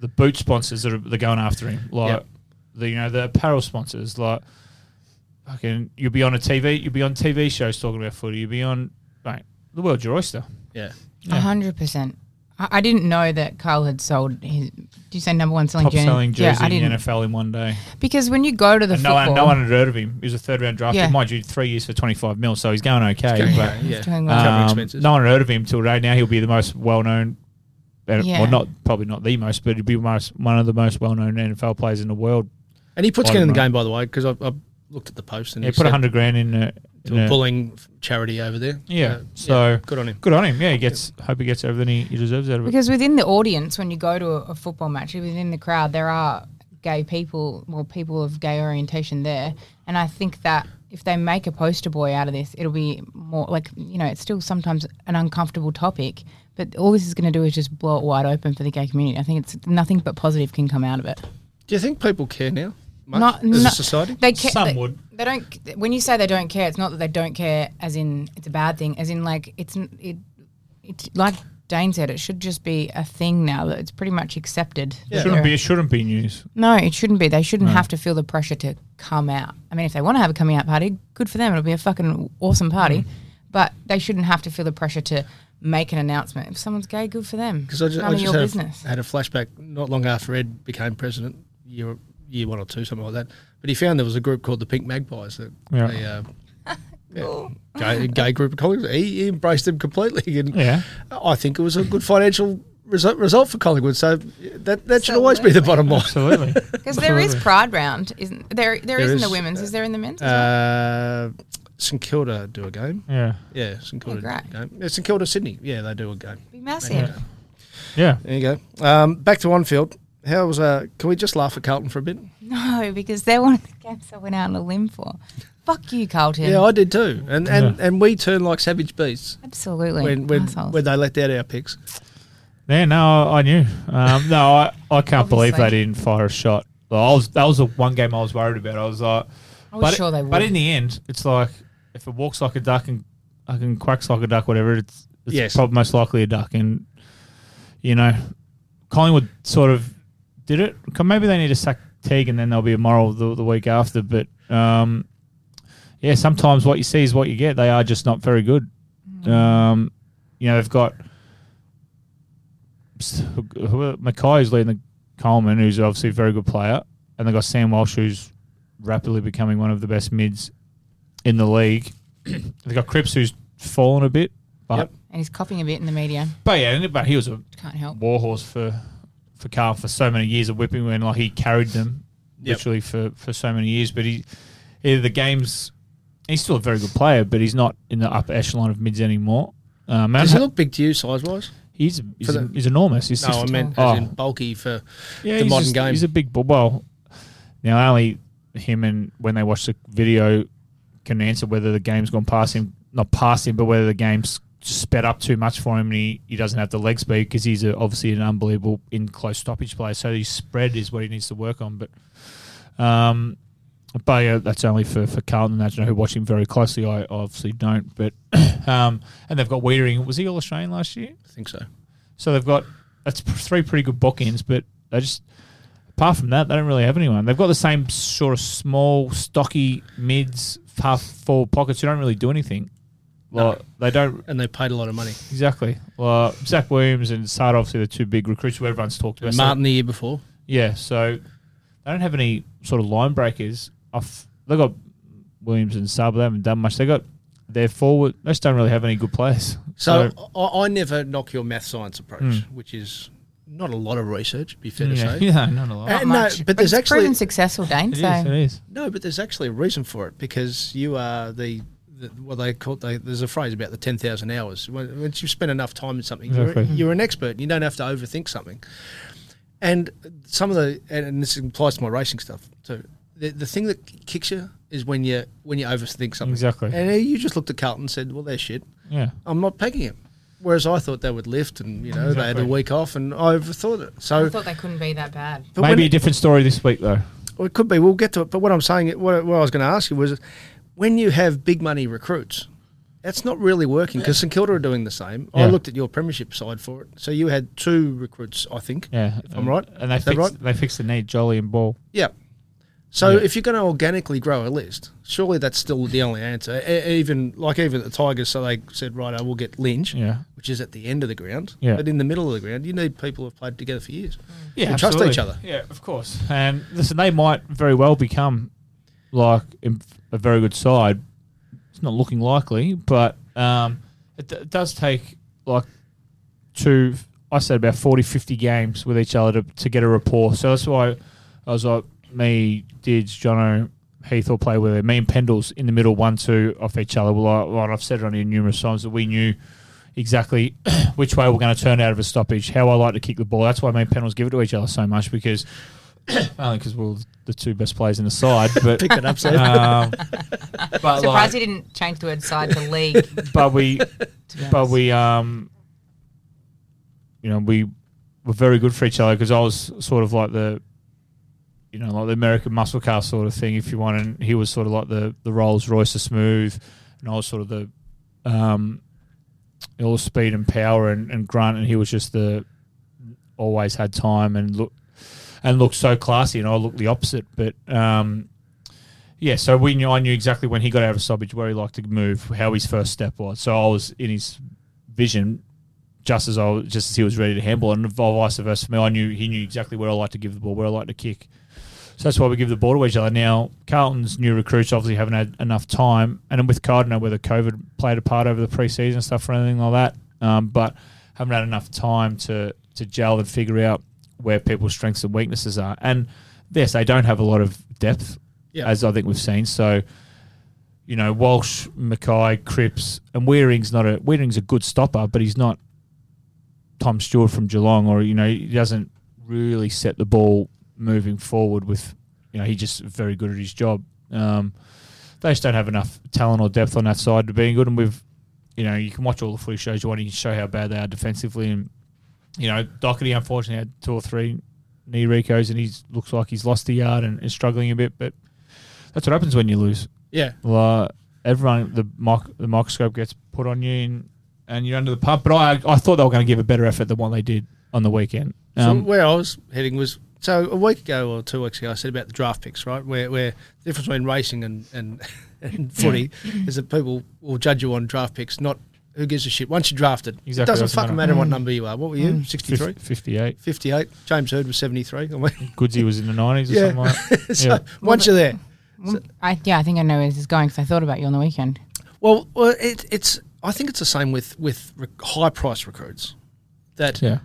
the boot sponsors that are they're going after him, like Yep. the you know the apparel sponsors, like fucking. You'll be on a TV, you'll be on TV shows talking about footy. You'll be on mate, the world's your oyster. yeah. A hundred percent. I I didn't know that Carl had sold his. Do you say number one selling Top jersey? selling jersey yeah, I in didn't the NFL in one day. because when you go to the And no football, one, no one had heard of him. He was a third round draft. Yeah. pick. Mind you, three years for twenty five mil, so he's going okay. but Okay, yeah. doing well. Cover Um, expenses. no one heard of him till today. Now he'll be the most well known, Yeah. well not probably not the most, but he'll be most one of the most well known NFL players in the world. And he puts Bottom skin in the right. game, by the way, because I, I looked at the post and He he put said a hundred grand in. A, in to a a- bullying charity over there. yeah, Uh, so good on him. Good on him. Yeah, he gets. Hope he gets everything he, he deserves out of it. because within the audience, when you go to a, a football match, within the crowd, there are gay people, well, people of gay orientation there, and I think that if they make a poster boy out of this, it'll be more like you know, it's still sometimes an uncomfortable topic, but all this is going to do is just blow it wide open for the gay community. I think it's nothing but positive can come out of it. Do you think people care now? Much Not- as no- a society? They ca- Some they, would. They don't. When you say they don't care, it's not that they don't care, as in it's a bad thing. As in, like it's n- it, it's like Dane said, it should just be a thing now that it's pretty much accepted. that Shouldn't they're- be. It shouldn't be news. No, it shouldn't be. They shouldn't have to feel the pressure to come out. I mean, if they want to have a coming out party, good for them. It'll be a fucking awesome party. Mm. But they shouldn't have to feel the pressure to make an announcement. If someone's gay, good for them. Because I just, None of I just your had, business. <laughs> A, had a flashback not long after Ed became president, year year one or two, something like that. But he found there was a group called the Pink Magpies that Yeah. they, uh, yeah, gay, gay group of colleagues. He, he embraced them completely, and Yeah. I think it was a good financial result, result for Collingwood. So that that should always be the bottom <laughs> line. Absolutely. Because there is Pride Round, isn't there? there There is in is, the women's. is there in the men's? as well? Uh, St Kilda do a game. yeah. Yeah, St Kilda Yeah, do a game. Yeah, St Kilda Sydney. Yeah, they do a game. Be massive. Yeah. There you go. Um, back to Onfield. How was uh? Can we just laugh at Carlton for a bit? <laughs> No, because they're one of the games I went out on a limb for. Fuck you, Carlton. Yeah, I did too. And and, and we turn like savage beasts Absolutely. when when, Arseholes. when they let out our picks. Yeah, no, I I knew. Um, no, I, I can't believe they Obviously. didn't fire a shot. Like, I was that was the one game I was worried about. I was like, I was but sure they would. But in the end, it's like if it walks like a duck and I can quacks like a duck, whatever. It's, it's Yes. prob- most likely a duck, and you know, Collingwood sort of did it. Co- Maybe they need to sack Teague, and then there'll be a moral the, the week after. But um, yeah, sometimes what you see is what you get. They are just not very good. Um, you know, they've got who- Mackay is leading the Coleman, who's obviously a very good player, and they've got Sam Walsh, who's rapidly becoming one of the best mids in <coughs> the league. they've got Cripps, who's fallen a bit, but Yep. and he's coughing a bit in the media. but yeah, and- but he was a Can't help. warhorse for for Carl for so many years of whipping when like he carried them Yep. literally for, for so many years. But he either the games he's still a very good player, but he's not in the upper echelon of mids anymore. Um, Does he look big to you size wise? he's he's, the- he's enormous. He's No, six I foot- meant oh, as in bulky for yeah, the he's modern just- game. He's a big bull. Well, now only him and when they watch the video can answer whether the game's gone past him, not past him, but whether the game's sped up too much for him and he, he doesn't have the leg speed because he's a, obviously an unbelievable in close stoppage player. So his spread is what he needs to work on. But um, but yeah, that's only for, for Carlton. That's who watch him very closely. I obviously don't. But <clears throat> um, and they've got Weedering. Was he all Australian last year? I think so. So they've got that's p- three pretty good bookends, but they just apart from that, they don't really have anyone. They've got the same sort of small, stocky mids, half forward pockets who don't really do anything. Well, they don't And they paid a lot of money. exactly. Well, Zach Williams and Sard obviously the two big recruits who everyone's talked about. So- Martin the year before. yeah, so they don't have any sort of line breakers. Off they got Williams and Sub. They haven't done much. They got their forward. They just don't really have any good players. So, I, I never knock your math science approach, which is not a lot of research. Be fair to Hmm. yeah, say. <laughs> yeah, not a lot. Uh, Not no, much. but there's it's actually- proven successful, Dane. It is. so It is. No, but there's actually a reason for it because you are the, the what they call they, there's a phrase about the ten thousand hours. When- Once you've spent enough time in something, Exactly. you're, you're an expert. You don't have to overthink something. And some of the and, and this applies to my racing stuff too. The, the thing that kicks you is when you when you overthink something. Exactly. And you just looked at Carlton and said, "Well, they're shit. Yeah. I'm not pegging him." Whereas I thought they would lift, and you know they had a Exactly. week off, and I overthought it. I So thought they couldn't be that bad. but when Maybe it- a different story this week though. well, it could be. We'll get to it. But what I'm saying, what, what I was going to ask you was, when you have big money recruits, that's not really working because St Kilda are doing the same. I Yeah. looked at your premiership side for it. So you had two recruits, I think. Yeah, If and- I'm right. And they Is that fixed, right? they fixed the need, Jolly and Ball. Yeah. So Yeah. if you're going to organically grow a list, surely that's still the only answer. E- even like even the Tigers, so they said, right, I will get Lynch, Yeah. which is at the end of the ground. Yeah. But in the middle of the ground, you need people who've played together for years. Yeah, Who trust each other. Yeah, of course. And listen, they might very well become like im- a very good side. It's not looking likely, but um, it, d- it does take like two. I said about 40, 50 games with each other to, to get a rapport. So that's why I was like, me, Dids, Jono, Heath all play with it. Me and Pendles in the middle, one, two off each other. Well, I, well I've said it on here numerous times that we knew exactly <coughs> which way we're going to turn out of a stoppage, how I like to kick the ball. That's why me and Pendles give it to each other so much because <coughs> only because we're the two best players in the side. <laughs> But Pick it up, so um, but like, Surprised he didn't change the word side to <laughs> league. but we, but honest. we, um, you know, we were very good for each other because I was sort of like the, you know, like the American muscle car sort of thing, if you want, and he was sort of like the the Rolls Royce, the smooth, and I was sort of the, um, all speed and power and, and grunt, and he was just the always had time and look and looked so classy, and I looked the opposite, but. um yeah, so we knew I knew exactly when he got out of stoppage where he liked to move, how his first step was. So I was in his vision just as I was, just as he was ready to handball, and vice versa for me. I knew he knew exactly where I like to give the ball, where I like to kick. So that's why we give the ball to each other. Now Carlton's new recruits obviously haven't had enough time, and then with Cardinal, whether COVID played a part over the preseason and stuff or anything like that, um, but haven't had enough time to to gel and figure out where people's strengths and weaknesses are. And yes, they don't have a lot of depth, Yeah. as I think we've seen. So you know, Walsh, Mackay, Cripps, and Wearing's not a Wearing's a good stopper, but he's not Tom Stewart from Geelong, or you know, he doesn't really set the ball moving forward. With you know, he's just very good at his job. Um, they just don't have enough talent or depth on that side to be good. And we've, you know, you can watch all the footy shows you want, and you can show how bad they are defensively. And you know, Doherty unfortunately had two or three knee recos, and he looks like he's lost the yard and is struggling a bit. But that's what happens when you lose. Yeah. Well, uh, everyone, the mic, the microscope gets put on you, and, and you're under the pump. But I, I thought they were going to give a better effort than what they did on the weekend. So Um, where I was heading was so a week ago or two weeks ago I said about the draft picks, right? Where where the difference between racing and and, <laughs> and footy is that people will judge you on draft picks, not who gives a shit. Once you're drafted, it Exactly, doesn't doesn't fucking matter. matter, Mm. what number you are. What were you? Sixty three. fif- 58. 58. James Heard was <laughs> 73. I mean, Goodsy was in the 90s or Yeah. something like <laughs> that. so yeah. once you're there, <laughs> I, yeah, I think I know where this is going because I thought about you on the weekend. well, well, it, it's. I think it's the same with with high price recruits. That Yeah.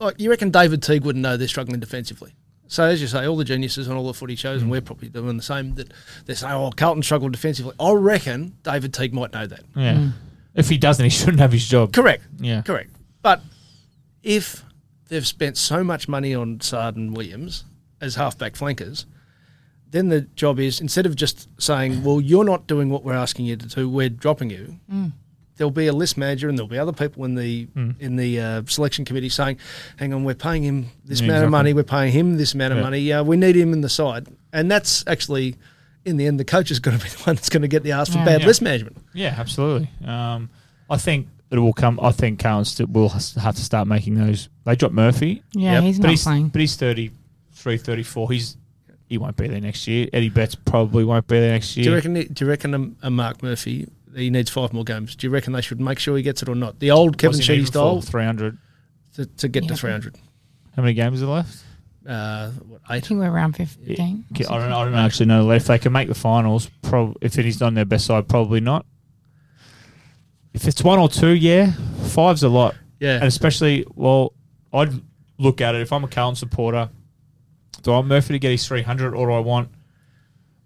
like you reckon David Teague wouldn't know they're struggling defensively. So as you say, all the geniuses on all the footy shows, and we're probably doing the same. That they say, "Oh, Carlton struggled defensively." I reckon David Teague might know that. Yeah. mm. If he doesn't, he shouldn't have his job. Correct. Yeah. Correct. But if they've spent so much money on Sard and Williams as halfback flankers, then the job is instead of just saying, "Well, you're not doing what we're asking you to do. We're dropping you." There'll be a list manager, and there'll be other people in the Mm. in the uh, selection committee saying, "Hang on, we're paying him this Yeah, amount of exactly. money. We're paying him this amount of Yeah. money. Uh, we need him in the side." And that's actually, in the end, the coach is going to be the one that's going to get the ass for bad Yeah. list management. Yeah, absolutely. Um, I think it will come. I think Carlton st- will has- have to start making those. They dropped Murphy. Yeah, Yep. he's but not he's, playing. But he's 33, 34. He's, he won't be there next year. Eddie Betts probably won't be there next year. Do you reckon? Do you reckon a, a Mark Murphy? He needs five more games. Do you reckon they should make sure he gets it or not? The old Kevin Wasn't he Sheedy even full? style 300. to, to get to Yeah. three hundred. How many games are left? uh, what, I eight? think we're around 15. I don't, I don't actually know if they can make the finals. Prob- if it is on their best side, probably not. If it's one or two, yeah, five's a lot. Yeah. and especially well, I'd look at it if I'm a Carlton supporter. Do I want Murphy to get his 300, or do I want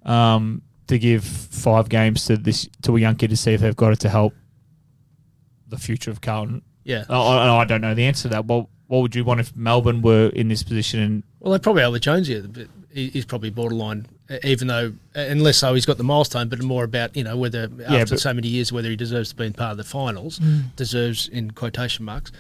um, to give five games to this to a young kid to see if they've got it to help the future of Carlton? Yeah. I, Oh, I, I don't know the answer to that. What What would you want if Melbourne were in this position and Well, they probably are with Jones here, but he- he's probably borderline. uh, Even though, unless so, he's got the milestone, but more about you know whether after but- so many years, whether he deserves to be part of the finals, Mm. deserves in quotation marks.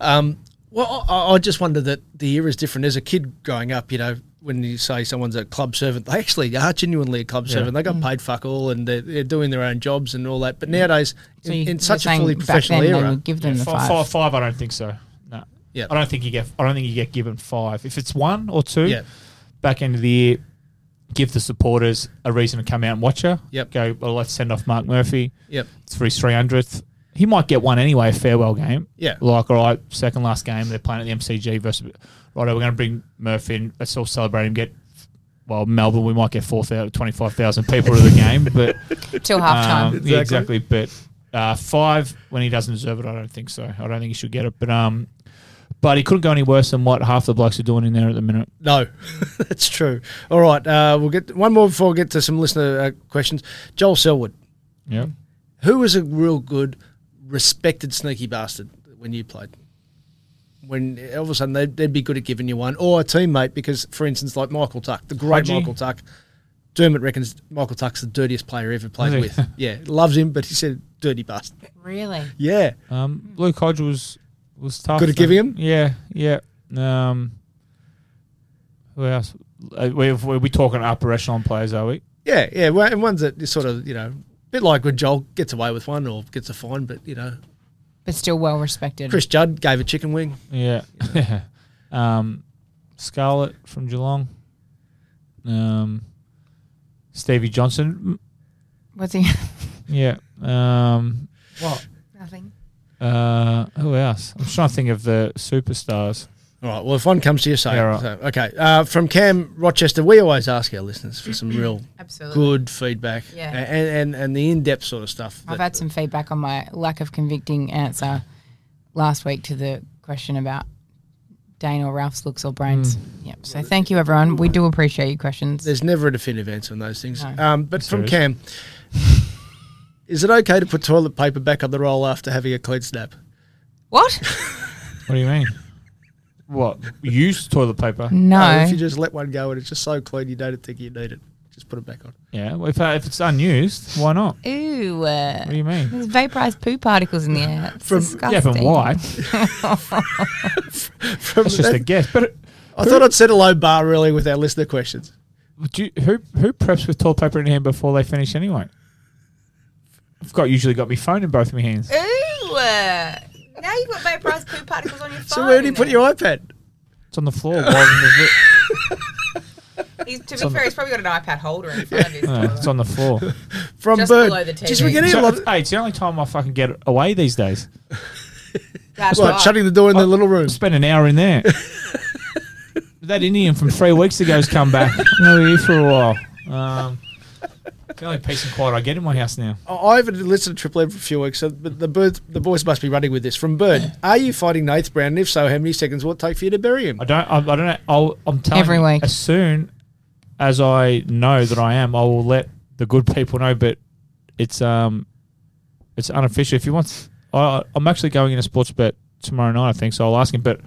Um, well, I, I just wonder that the era is different. As a kid growing up, you know, when you say someone's a club servant, they actually are genuinely a club servant. They Mm. got paid fuck all, and they're, they're doing their own jobs and all that. But nowadays, So in, you- in you're such a saying fully back professional then they era, would give them the Fi- five. fi- five, I don't think so. No. Yeah. I don't think you get. I don't think you get given five. If it's one or two, Yeah. back end of the year, give the supporters a reason to come out and watch her. Yep. Go. Well, let's send off Mark Murphy. Yep. It's for his three hundredth. He might get one anyway. Farewell game. Yeah. Like all right, second last game they're playing at the MCG versus. Right, we're going to bring Murphy in. Let's all celebrate him. Get. Well, Melbourne, we might get 4,000, 25,000 people to the game, but <laughs> Till halftime. um, Yeah, exactly. But uh, five when he doesn't deserve it, I don't think so. I don't think he should get it. But um, but he couldn't go any worse than what half the blokes are doing in there at the minute. No, <laughs> that's true. All right, uh, we'll get one more before we get to some listener uh, questions. Joel Selwood, Yeah. who was a real good, respected sneaky bastard when you played? When all of a sudden they'd, they'd be good at giving you one, or a teammate, because for instance, like Michael Tuck, the great Pudgy? Michael Tuck, Dermot reckons Michael Tuck's the dirtiest player he ever played Really? with. Yeah, loves him, but he said dirty bastard. Really? Yeah, Um, Luke Hodge was was tough. Good at though. giving him? Yeah, yeah. Um, who else? Uh, we we we talking upper echelon players, are we? yeah, yeah. Well, and ones that is sort of you know, a bit like when Joel gets away with one or gets a fine, but you know, But still well respected. Chris Judd gave a chicken wing. Yeah. <laughs> um, Scarlett from Geelong. Um, Stevie Johnson. What's he? <laughs> Yeah. Um, What? Nothing. Uh, who else? I'm trying to think of the superstars. All right. Well, if one comes to you, say. it. Yeah, right. So, okay. Uh, from Cam Rochester, we always ask our listeners for some real <clears throat> Absolutely. good feedback. Yeah. a- And, and and the in depth sort of stuff. I've that- had some feedback on my lack of convicting answer last week to the question about Dane or Ralph's looks or brains. Yep. So thank you, everyone. We do appreciate your questions. There's never a definitive answer on those things. No. Um, but from Cam, is it okay to put toilet paper back on the roll after having a clean snap? What? What do <laughs> you mean? what used toilet paper? Uh, No. if you just let one go and it's just so clean, you don't think you need it. Just put it back on. <laughs> Yeah. Well, if, uh, if it's unused, why not? Ooh. Uh, What do you mean? there's vaporized poo particles in the air. It's disgusting. Yeah, from why? From That's just a guess. But I thought I'd set a low bar really with our listener questions. do you, who who preps with toilet paper in hand before they finish anyway? I've got usually got my phone in both my hands. Ooh. Uh, now you've got vaporized poo particles on your phone. So where do you put your iPad? It's on the floor. While the, He's, to be fair, he's probably got an iPad holder in front of his <laughs> no, it's on the floor. From Just Bird. below the Jeez, we're TV. getting a So, lot. hey, it's the only time I fucking get away these days. That's Like shutting the door in the little room. Spend an hour in there. <laughs> that Indian from three weeks ago's come back. <laughs> No, here for a while. Um, the only peace and quiet I get in my house now. I haven't listened to Triple M for a few weeks, so but the bird, the boys must be running with this. From Bird, are you fighting Nath Brown? And if so, how many seconds will it take for you to bury him? I don't. I, I don't know. I'll, I'm telling Every you, week. As soon as I know that I am, I will let the good people know. But it's um, it's unofficial. If you want, I, I'm actually going in a sports bet tomorrow night. I think so. I'll ask him. But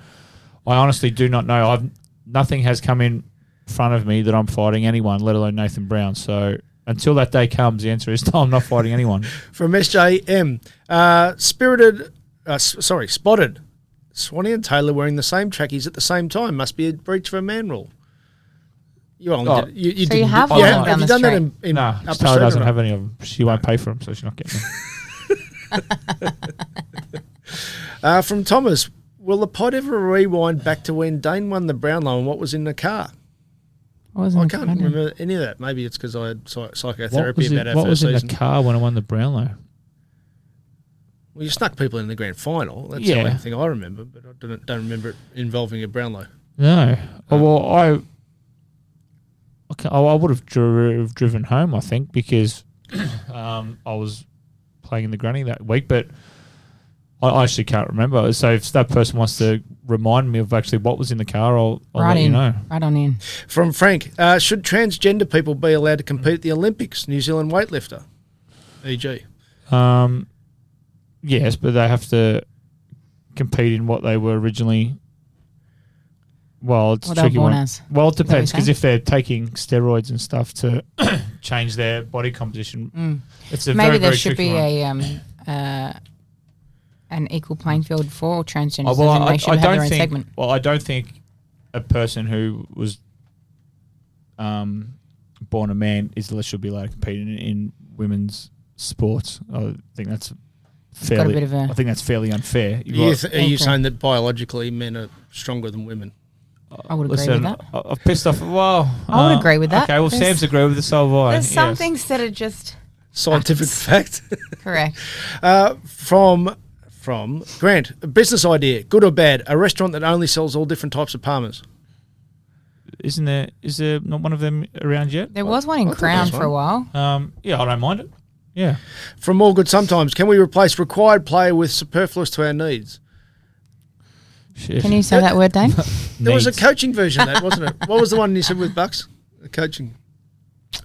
I honestly do not know. I've nothing has come in front of me that I'm fighting anyone, let alone Nathan Brown. So until that day comes, the answer is <laughs> no. I'm not fighting anyone. From SJM, uh, spirited, uh, s- sorry, spotted. Swanee and Taylor wearing the same trackies at the same time must be a breach of a man rule. You only Oh. did, you, you So didn't you do- have one have down you the done that in, street. in no, up the Stella street or doesn't not? have any of them. She won't pay for them, so she's not getting them. Uh, from Thomas, will the pod ever rewind back to when Dane won the Brownlow and what was in the car? I Mm, can't remember any of that. Maybe it's because I had psy- what psychotherapy was, about it- our what first was in season. the car when I won the Brownlow? Well, you snuck people in the grand final. That's Yeah. the only thing I remember, but I don't, don't remember it involving a Brownlow. No. Oh, well, I. Okay, oh, I would have dri- driven home, I think, because <coughs> um, I was playing in the granny that week, but I, I actually can't remember. So if that person wants to remind me of actually what was in the car, I'll, I'll right let in. you know. Right on in. From Frank, uh, should transgender people be allowed to compete at the Olympics? New Zealand weightlifter, E e.g. Um, yes, but they have to compete in what they were originally. Well, it's What they a were tricky born one. as. Well, it Is that what depends you're because saying? if they're taking steroids and stuff to <coughs> change their body composition, it's a Mm. Maybe very, there very should tricky be one. a um, uh, an equal playing field for transgenders. Oh, well, and I, they should I have their don't own think. segment. Well, I don't think a person who was um, born a man is should be allowed to compete in, in women's sports. I think that's got a fairly. bit of a- I think that's fairly unfair. Are You've you, got- th- are you Okay. saying that biologically men are stronger than women? I would agree with Listen, that. I- I've pissed off. Well, uh, I would agree with that. Okay, well, There's- Sam's agree with the so have I. There's yes. some things that are just Scientific <laughs> fact. <laughs> Uh, correct. from from Grant, a business idea, good or bad, a restaurant that only sells all different types of parmas. Isn't there? Is there not one of them around yet? There was one in Crown for a while. Um, yeah, I don't mind it. Yeah, From all good sometimes, can we replace required player with superfluous to our needs? Shit. Can you say that word, <laughs> Dane? <laughs> There was a Needs. coaching version of that, wasn't <laughs> it? What was the one you said with Bucks? The coaching